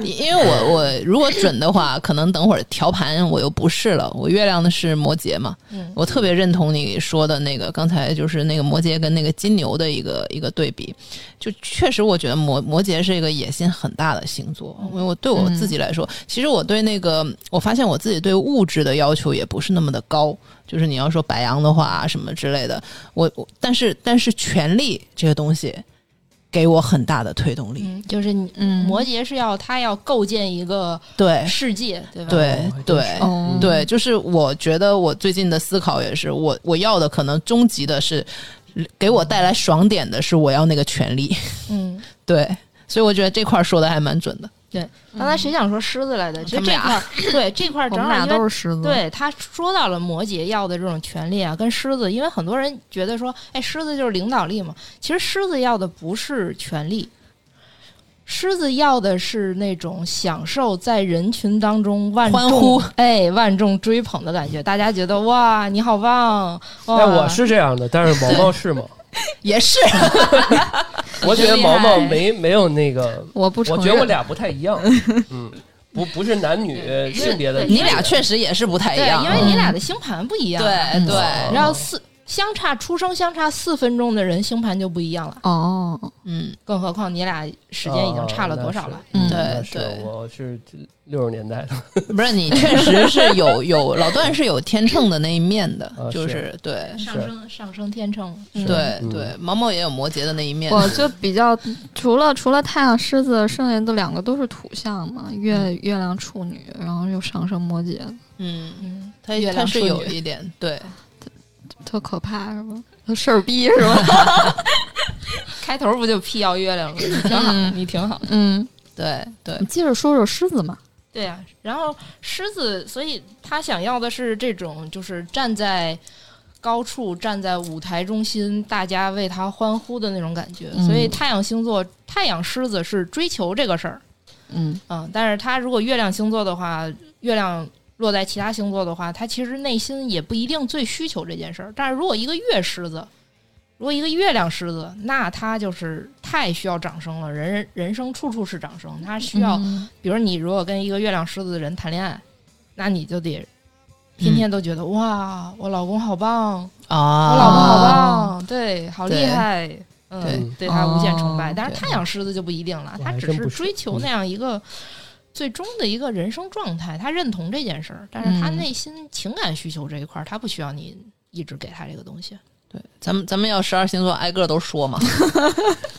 B: 因为我我如果准的话，可能等会儿调盘我又不是了。我月亮的是摩羯嘛，
A: 嗯
B: 我特别认同你说的那个，刚才就是那个摩羯跟那个金牛的一个一个对比，就确实我觉得摩摩羯是一个野心很大的星座，因为我对我自己来说，其实我对那个我发现我自己对物质的要求也不是那么的高，就是你要说白羊的话、啊什么之类的，我我但是但是权力这个东西给我很大的推动力，
A: 嗯，就是你
D: 嗯
A: 摩羯是要他要构建一个
B: 对
A: 世界，对吧？
B: 对
C: 还真
B: 对。
D: 哦，
B: 对，就是我觉得我最近的思考也是，我我要的可能终极的是给我带来爽点的是我要那个权利，
A: 嗯，
B: 对，所以我觉得这块儿说的还蛮准的，
A: 刚才谁想说狮子来的？其实
B: 他们
A: 这
B: 俩
A: 块儿对这块儿
D: 我
A: 正
D: 们
A: 好
D: 俩
A: 因为
D: 都是狮子，，
A: 对他说到了摩羯要的这种权利啊，跟狮子，因为很多人觉得说，哎，狮子就是领导力嘛。其实狮子要的不是权利，狮子要的是那种享受在人群当中万众
B: 欢呼，
A: 哎，万众追捧的感觉。大家觉得哇，你好棒！哇，
C: 哎，我是这样的，但是毛毛是吗？
B: 也是，
C: 我觉得
A: 厉
C: 毛
A: 害
C: 毛没没有那个，
D: 我不承
C: 我
D: 认。
C: 觉得我俩不太一样。嗯，不不是男女性别的区别，
B: 你俩确实也是不太一
A: 对，
B: 样，啊
A: 因为哦你俩的星盘不一样，
B: 对，对
C: 嗯
B: 对，
A: 然后四相差出生相差四分钟的人星盘就不一样了，
D: 哦，
B: 嗯，
A: 更何况你俩时间已
C: 啊哦
A: 经差了多少了？
D: 嗯
B: 对
C: 那是
B: 对
C: 我是六十年代的，
B: 不是你确实是有有老段是有天秤的那一面的
C: 啊，
B: 就是是对
A: 上升上升天秤，
C: 是
B: 对
C: 嗯
B: 对，毛毛也有摩羯的那一面，
D: 我就比较除了除了太阳狮子，剩下的两个都是土象嘛，月月亮处女，然后又上升摩羯，
B: 嗯，
A: 嗯，
B: 他
A: 月
B: 他
A: 亮
B: 是
A: 处
B: 有
A: 女
B: 一点对，
D: 特可怕是吧？特事儿逼是吧？
A: 开头不就辟谣月亮了？你挺好，你挺好。
D: 嗯，
B: 对对
D: 你，接着说说狮子嘛，
A: 对呀、然后狮子，所以他想要的是这种，就是站在高处，站在舞台中心，大家为他欢呼的那种感觉。所以
D: 嗯
A: 太阳星座，太阳狮子是追求这个事儿，
D: 嗯
A: 嗯，但是他如果月亮星座的话，月亮落在其他星座的话，他其实内心也不一定最需求这件事儿。但是如果一个月狮子，如果一个月亮狮子，那他就是太需要掌声了，人人人生处处是掌声，他需要，
B: 嗯
A: 比如你如果跟一个月亮狮子的人谈恋爱，那你就得。天天都觉得、哇，我老公好棒，
B: 啊，
A: 我老公好棒，对，好厉害，嗯
C: 对，
A: 哦对他无限崇拜。
B: 哦
A: 但是
B: 对
A: 太阳狮子就不一定了，
C: 我
A: 他
C: 还
A: 只
C: 真
A: 是
C: 不是
A: 追求
C: 嗯
A: 那样一个最终的一个人生状态，他认同这件事儿，但是他
B: 嗯
A: 内心情感需求这一块儿，他不需要你一直给他这个东西。
B: 对，咱们咱们要十二星座挨个都说嘛。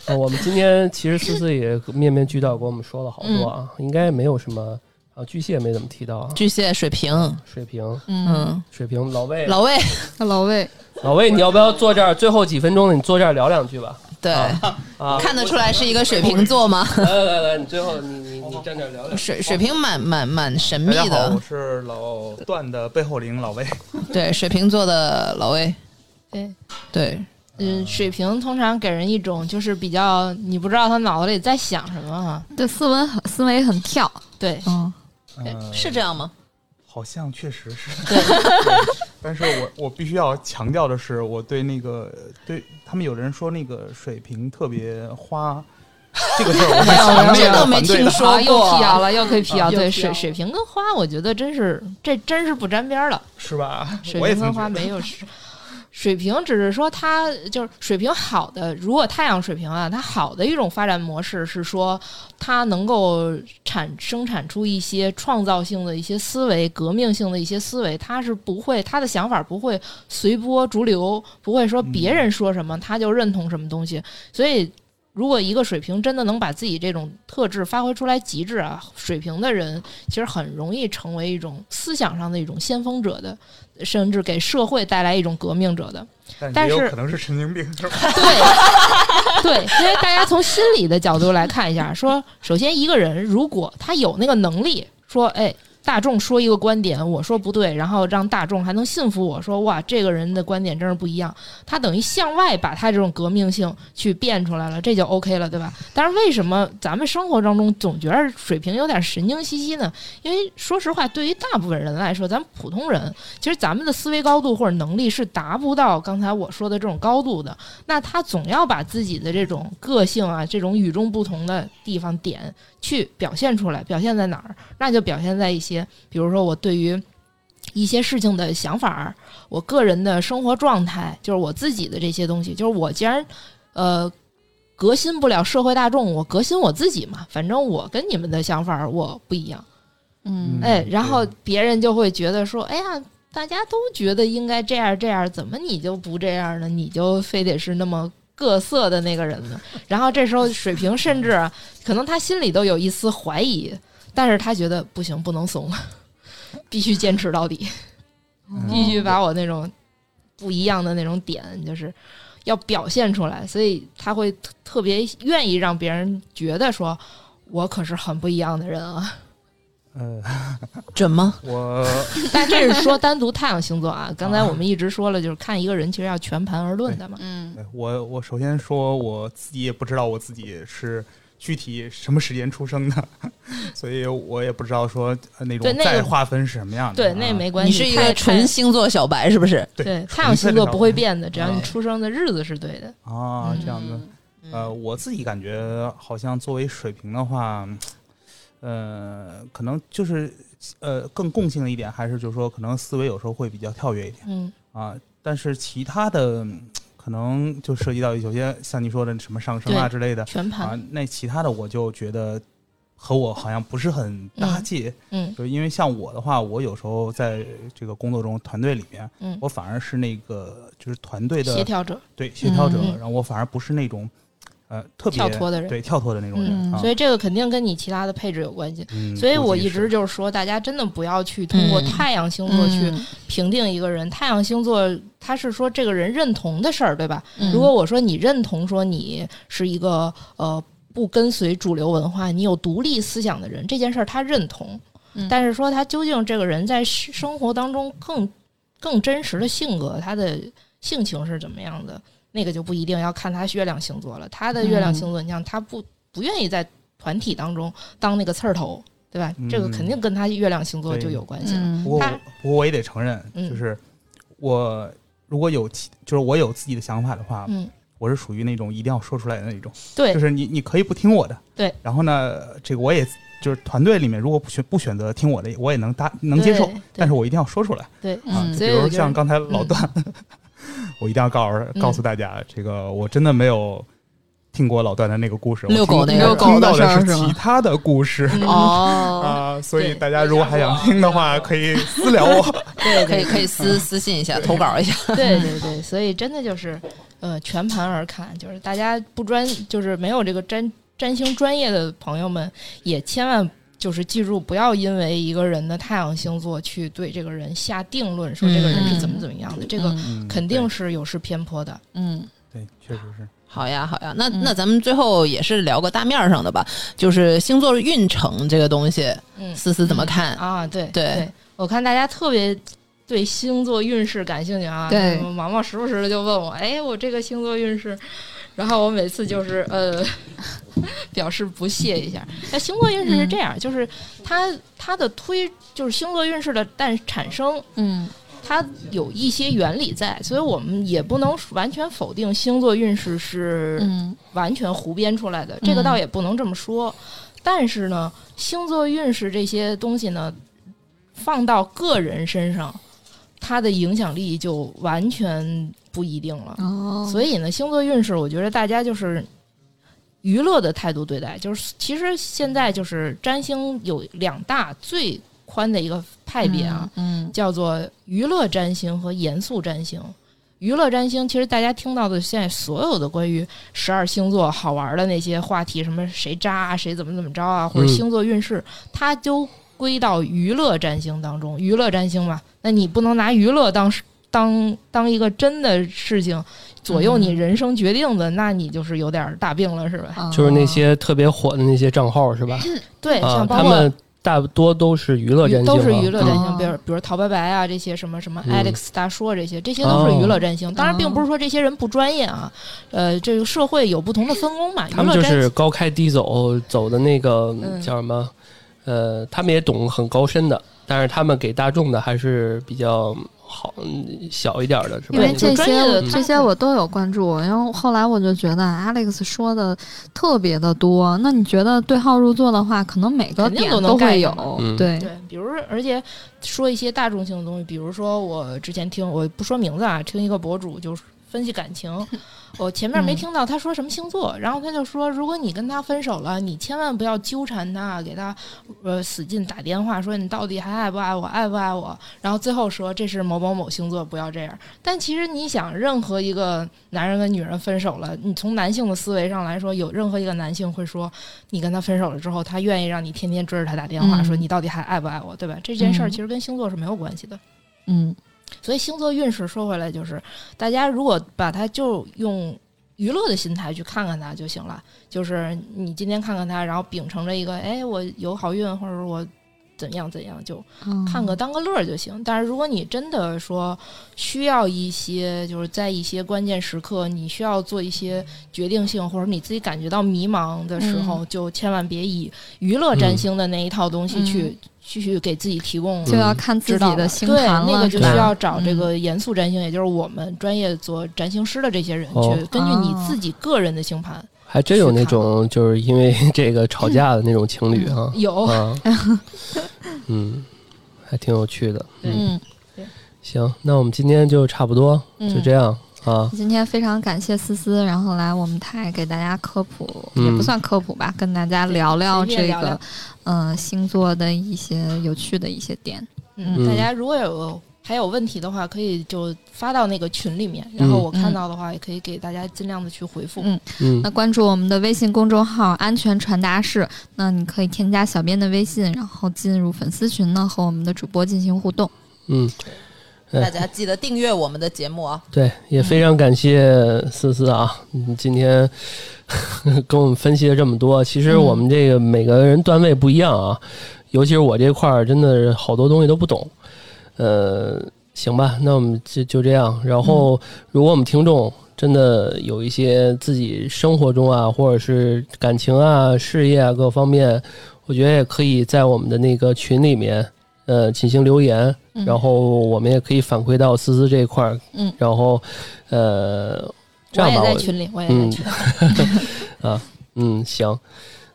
C: 呃我们今天其实思思也面面俱到，给我们说了好多啊，
A: 嗯
C: 应该没有什么啊，巨蟹没怎么提到啊，
B: 巨蟹、水瓶，
C: 水瓶，
D: 嗯，
B: 嗯，
C: 水瓶，老魏，
B: 老魏，
D: 老魏，
C: 老魏，你要不要坐这儿？最后几分钟了，你坐这儿聊两句 吧。
B: 对，
C: 啊，
B: 看得出来是一个水瓶座吗？
C: 来来来来，你最后你你你站这儿聊聊。
B: 水水瓶蛮蛮蛮神秘
E: 大家好，
B: 的
E: 我，是老段的背后灵老魏。
B: 对，水瓶座的老魏，
A: 对，
B: 对，
A: 嗯，水瓶通常给人一种就是比较你不知道他脑子里在想什么哈。
D: 对思维很思维很跳，
A: 对，
D: 嗯，
E: 嗯，
B: 哎是这样吗？
E: 好像确实是。 但是我我必须要强调的是，我对那个对他们有人说那个水平特别花，这个事儿我是强烈
B: 这
E: 地
B: 都没
E: 反对
B: 听
E: 的。
B: 说
A: 啊 又辟谣
B: 过。
A: 了，又可以辟谣。
B: 又
A: 对，
B: 辟谣
A: 水水瓶跟花，我觉得真是这真是不沾边儿了。
E: 是吧？
A: 水
E: 我也
A: 瓶
E: 这
A: 跟
E: 么
A: 花
E: 觉得。
A: 没有是。水瓶只是说它就是水平好的，如果太阳水平啊，它好的一种发展模式是说它能够产生产出一些创造性的一些思维、革命性的一些思维，它是不会它的想法不会随波逐流，不会说别人说什么他就认同什么东西。所以，如果一个水平真的能把自己这种特质发挥出来极致啊，水平的人其实很容易成为一种思想上的一种先锋者的，甚至给社会带来一种革命者的。但
E: 也有
A: 是
E: 可能是神经病， 是吧？
A: 对，对， 因为大家从心理的角度来看一下，说首先一个人如果他有那个能力，说哎。大众说一个观点，我说不对，然后让大众还能信服我说哇，这个人的观点真是不一样。他等于向外把他这种革命性去变出来了，这就 OK 了，对吧？但是为什么咱们生活当中总觉得水平有点神经兮兮呢？因为说实话，对于大部分人来说，咱们普通人其实咱们的思维高度或者能力是达不到刚才我说的这种高度的。那他总要把自己的这种个性啊，这种与众不同的地方点去表现出来，表现在哪儿？那就表现在一些，比如说我对于一些事情的想法儿，我个人的生活状态，就是我自己的这些东西，就是我既然呃。革新不了社会大众，我革新我自己嘛。反正我跟你们的想法儿我不一样，
D: 嗯
E: 嗯
A: 哎，然后
E: 对
A: 别人就会觉得说，哎呀，大家都觉得应该这样这样，怎么你就不这样呢？你就非得是那么各色的那个人呢？ 然后这时候水瓶甚至啊可能他心里都有一丝怀疑，但是他觉得不行，不能怂， 必须坚持到底，
E: 哦
A: 必须把我那种不一样的那种点，就是要表现出来，所以他会特特别愿意让别人觉得说。我可是很不一样的人啊！
E: 嗯，
B: 准吗？
E: 我
A: 但这是说单独太阳星座啊。刚才我们一直说了，就是看一个人其实要全盘而论的嘛。
D: 嗯，
E: 我我首先说我自己也不知道我自己是具体什么时间出生的， 所以我也不知道说呃那
A: 对
E: 种
A: 那个
E: 再划分是什么样的
A: 对，
E: 啊。
A: 那没关
B: 你
A: 系。
B: 是一
A: 太
B: 个纯星座小白是不是？
A: 太对
E: 对
A: 太阳星座不会变的，只要你
B: 对
A: 出生的日子是对的。
E: 啊，这样子。
B: 嗯
E: 呃，我自己感觉好像作为水瓶的话，呃，可能就是呃更共性的一点，还是就是说可能思维有时候会比较跳跃一点
A: 嗯，
E: 啊，但是其他的嗯可能就涉及到有些像你说的什么上升啊
A: 对
E: 之类的
A: 全
E: 啊
A: 盘。，
E: 那其他的我就觉得。和我好像不是很搭界，
A: 嗯
E: 就是因为像我的话，我有时候在这个工作中团队里面，
A: 嗯，
E: 我反而是那个就是团队的
A: 协调者
E: 对协调者，
A: 嗯嗯
E: 然后我反而不是那种呃特别
A: 跳脱的人
E: 对跳脱的那种人，
A: 嗯
E: 啊、
A: 所以这个肯定跟你其他的配置有关系。
E: 嗯
A: 所以
E: 估
A: 我
E: 计
A: 一
E: 是
A: 直就是说，大家真的不要去通过
B: 嗯
A: 太阳星座去
B: 嗯
A: 评定一个人。太阳星座他是说这个人认同的事儿，对吧？
B: 嗯
A: 如果我说你认同说你是一个呃不跟随主流文化，你有独立思想的人，这件事儿他认同，
D: 嗯
A: 但是说他究竟这个人在生生活当中更更真实的性格，他的性情是怎么样的，那个就不一定要看他月亮星座了。他的月亮星座，你像他不不愿意在团体当中当那个刺儿头，对对吧？这个
E: 嗯
A: 肯定跟他月亮星座
E: 对
A: 就有关系了。
E: 不
B: 嗯
E: 过我
A: 他
E: 不过我也得承认，
A: 嗯
E: 就是我如果有其就是我有自己的想法的话，
A: 嗯，
E: 我是属于那种一定要说出来的那种，
A: 对
E: 就，是你你可以不听我的，
A: 对。
E: 然后呢，这个我也就是团队里面如果不选不选择听我的，我也能搭能接受
A: 对，
E: 但是我一定要说出来
A: 对，
E: 啊。
B: 嗯
E: 就
A: 所以
E: 比
A: 我
E: 如
A: 就是
E: 像刚才老段， 我一定要告诉告诉大家，这个我真的没有。听过老段的那个故事，我
B: 遛狗
E: 听
B: 那个
E: 我
B: 遛狗
E: 听到
B: 的事儿
E: 的是
B: 是吗
E: 其他的故事
A: 嗯
B: 哦，
E: 啊，所以
A: 对
E: 大家如果还想听 的话，可以私聊我。
A: 对
B: 可
A: 对
B: 以可以私私信一下，投稿一下。
A: 对对对，所以真的就是，呃，全盘而看，就是大家不专，就是没有这个占占星专业的朋友们，也千万就是记住，不要因为一个人的太阳星座去对这个人下定论，说这个人是怎么怎么样的，这个
B: 嗯
A: 肯定是有失偏颇的。
B: 嗯。
E: 对，确实是。
B: 好呀，好呀，那
A: 嗯
B: 那咱们最后也是聊个大面儿上的吧，就是星座运程这个东西，
A: 嗯
B: 思思怎么看？
A: 啊，对
B: 对
A: 我看大家特别。对星座运势感兴趣啊？
D: 对
A: 嗯毛毛时不时的就问我，哎，我这个星座运势，然后我每次就是呃， 表示不屑一下。那星座运势是这样，就是它它的推就是星座运势的诞产生，
D: 嗯
A: 它有一些原理在，所以我们也不能完全否定星座运势是
D: 嗯
A: 完全胡编出来的，这个
D: 嗯
A: 倒也不能这么说。但是呢，星座运势这些东西呢，放到个人身上，它的影响力就完全不一定了。
D: 哦，
A: 所以呢，星座运势，我觉得大家就是娱乐的态度对待，就是其实现在就是占星有两大最宽的一个派别啊，
D: 嗯
A: 叫做娱乐占星和严肃占星。娱乐占星，其实大家听到的现在所有的关于十二星座好玩的那些话题，什么谁渣啊，谁怎么怎么着啊，或者
C: 嗯
A: 星座运势，它都归到娱乐占星当中。娱乐占星嘛，那你不能拿娱乐当是当当一个真的事情左右你
D: 嗯
A: 人生决定的，那你就是有点大病了，是吧？
D: 嗯
C: 就是那些特别火的那些账号是吧？
A: 嗯对，
C: 啊，
A: 像包
C: 他
A: 括
C: 们大多都是娱乐占星，
A: 都是娱乐占
D: 哦
A: 星，比如比如陶白白啊这些什么什么
C: 嗯哦
A: Alex 大硕这些，这些都是娱乐占星。当然，并不是说这些人不专业啊，呃，这个社会有不同的分工嘛。娱
C: 他
A: 乐
C: 们就
A: 占
C: 是
A: 星，
C: 高开低走，走的那个
A: 嗯
C: 叫什么？呃，他们也懂很高深的，但是他们给大众的还是比较好嗯小一点的，是吧？
D: 因为
A: 对
D: 这
A: 有专业
D: 些
A: 的
D: 我
A: 他
D: 这些我都有关注，然后后来我就觉得 Alex 说的特别的多。那你觉得对号入座的话，可能每个
A: 肯定
D: 点
A: 都能
D: 会
A: get
D: 有
A: 嘛，
C: 嗯
D: 对，
A: 对，比如而且说一些大众性的东西，比如说我之前听，我不说名字啊，听一个博主就是分析感情， 我前面没
D: 嗯
A: 听到他说什么星座，然后他就说，如果你跟他分手了，你千万不要纠缠他，给他呃使劲打电话说你到底还爱不爱我，爱不爱我，然后最后说这是某某某星座，不要这样。但其实你想，任何一个男人跟女人分手了，你从男性的思维上来说，有任何一个男性会说，你跟他分手了之后，他愿意让你天天追着他打电话，
D: 嗯
A: 说你到底还爱不爱我，对吧？这件事儿
D: 嗯
A: 其实跟星座是没有关系的。
D: 嗯
A: 所以星座运势说回来就是，大家如果把它就用娱乐的心态去看看它就行了。就是你今天看看它，然后秉承着一个，哎，我有好运，或者说我怎样怎样，就
D: 嗯
A: 看个当个乐儿就行。但是如果你真的说需要一些，就是在一些关键时刻，你需要做一些决定性，或者你自己感觉到迷茫的时候，
D: 嗯
A: 就千万别以娱乐占星的那一套东西去、去去给自己提供
D: 就要看自
A: 指导
D: 己
A: 了
D: 的星盘
A: 对，那
D: 了，
A: 个就是需
D: 吧
A: 要找这
D: 嗯
A: 个严肃占星，也就是我们专业做占星师的这些人
C: 哦
A: 去根据你
D: 哦
A: 自己个人的星盘
C: 还真有那种就是因为这个吵架的那种情侣啊，
A: 有。
C: 啊， 嗯，还挺有趣的。
A: 对
D: 嗯。
C: 行，那我们今天就差不多
D: 嗯
C: 就这样啊。
D: 今天非常感谢思思，然后来我们台给大家科普，
C: 嗯
D: 也不算科普吧，跟大家聊聊
A: 随便
D: 这
A: 聊
D: 个
A: 聊
D: 呃星座的一些有趣的一些点。
A: 嗯，大家如果有还有问题的话，可以就发到那个群里面，然后
C: 嗯
A: 我看到的话，也可以给大家尽量的去回复。
D: 嗯
C: 嗯
D: 那，关注我们的微信公众号“安全传达室”，那你可以添加小编的微信，然后进入粉丝群呢，和我们的主播进行互动。
C: 嗯，对
B: 大家记得订阅我们的节目啊！
C: 对，也非常感谢思思啊，嗯今天 跟我们分析了这么多。其实我们这个每个人段位不一样啊，尤其是我这块儿，真的是好多东西都不懂。呃，行吧，那我们就就这样。然后，如果我们听众真的有一些自己生活中啊，或者是感情啊、事业啊各方面，我觉得也可以在我们的那个群里面，呃，进行留言，
B: 嗯
C: 然后我们也可以反馈到思思这一块儿，
B: 嗯，
C: 然后，呃，这
A: 我
C: 样
A: 也
C: 吧，
A: 在
C: 我
A: 群里，我也在
C: 嗯
A: 群里。
C: 嗯行，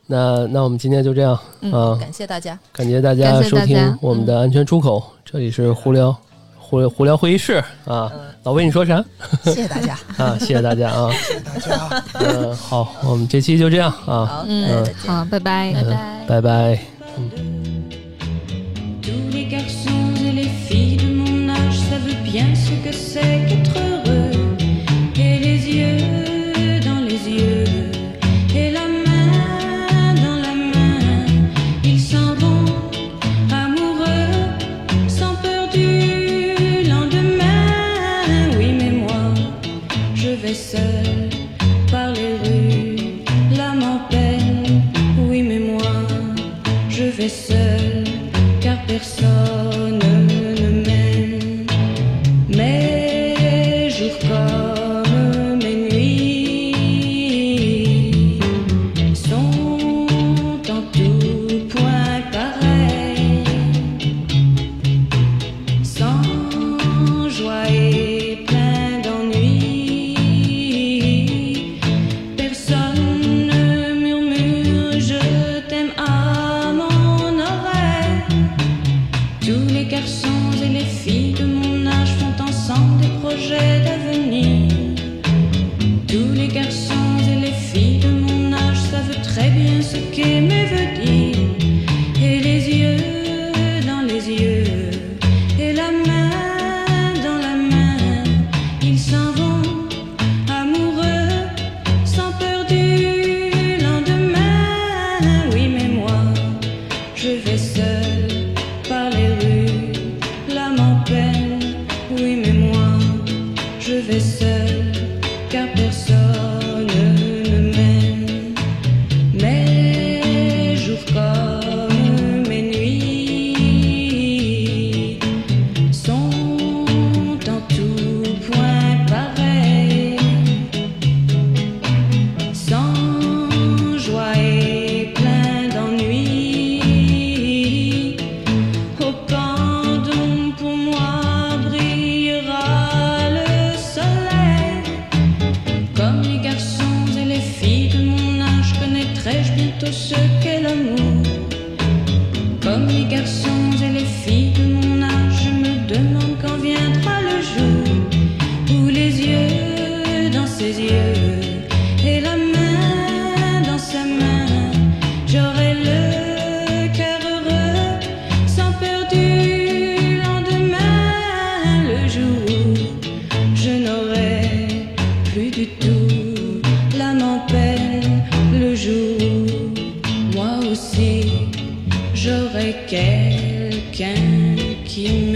C: 那那我们今天就这样，啊
B: 嗯，感谢 大家，
C: 感谢大家
D: 感谢
C: 收
D: 大
C: 听
D: 家
C: 我们的安全出口，这里是胡聊胡胡聊会议室啊，老魏你说啥
B: 谢谢大家，
C: 啊？谢谢大家啊，
E: 谢谢大家。
C: 嗯、好，我们这期就这样啊，
B: 好，呃
D: 嗯
B: 大家再见。
D: 好，拜拜，拜
C: 嗯拜拜。
F: Tous les garçons et les filles de mon âge savent bien ce que c'est qu'être heureux. Et les yeux dans les yeux, et la main dans la main. Ils s'en vont amoureux, sans peur du lendemain. Oui, mais moi, je vais seul par les rues, l'âme en peine. Oui, mais moi je vais seul car personne ne m'aime. Mes jours comme mes nuits sont en tout point pareils sans joie et plein d'ennui. Personne ne murmure, je t'aime à mon oreille. Tous les garçons et les filles de mon âge font ensemble des projets d'avenir. Tous les garçons et les filles de mon âge savent très bien ce qu'aimer veut dire. Et les yeux dans les yeux, et la main dans la main, ils s'en vont amoureux, sans peur du lendemain. Oui, mais moi, je vais seul par les rues, l'âme en peine. Oui, mais moi, je vais seul, car personne ne m'aime. Mes jours comme mes nuits sont en tout point pareils sans joie et plein d'ennui. Au pendant pour moi brillera le soleil. Comme les garçons et les filles de mon âge, connaîtrai-je bientôt ce qu'est l'amour. Comme les garçons et les filles de mon âge, je me demande quand viendra le jour où les yeux dans ses yeux et la main dans sa main, j'aurai le cœur heureux sans peur du lendemain, le jour où je n'aurai plus du tout l'âme en peine, le jour où moi aussi j'aurai quelqu'un qui m'aime.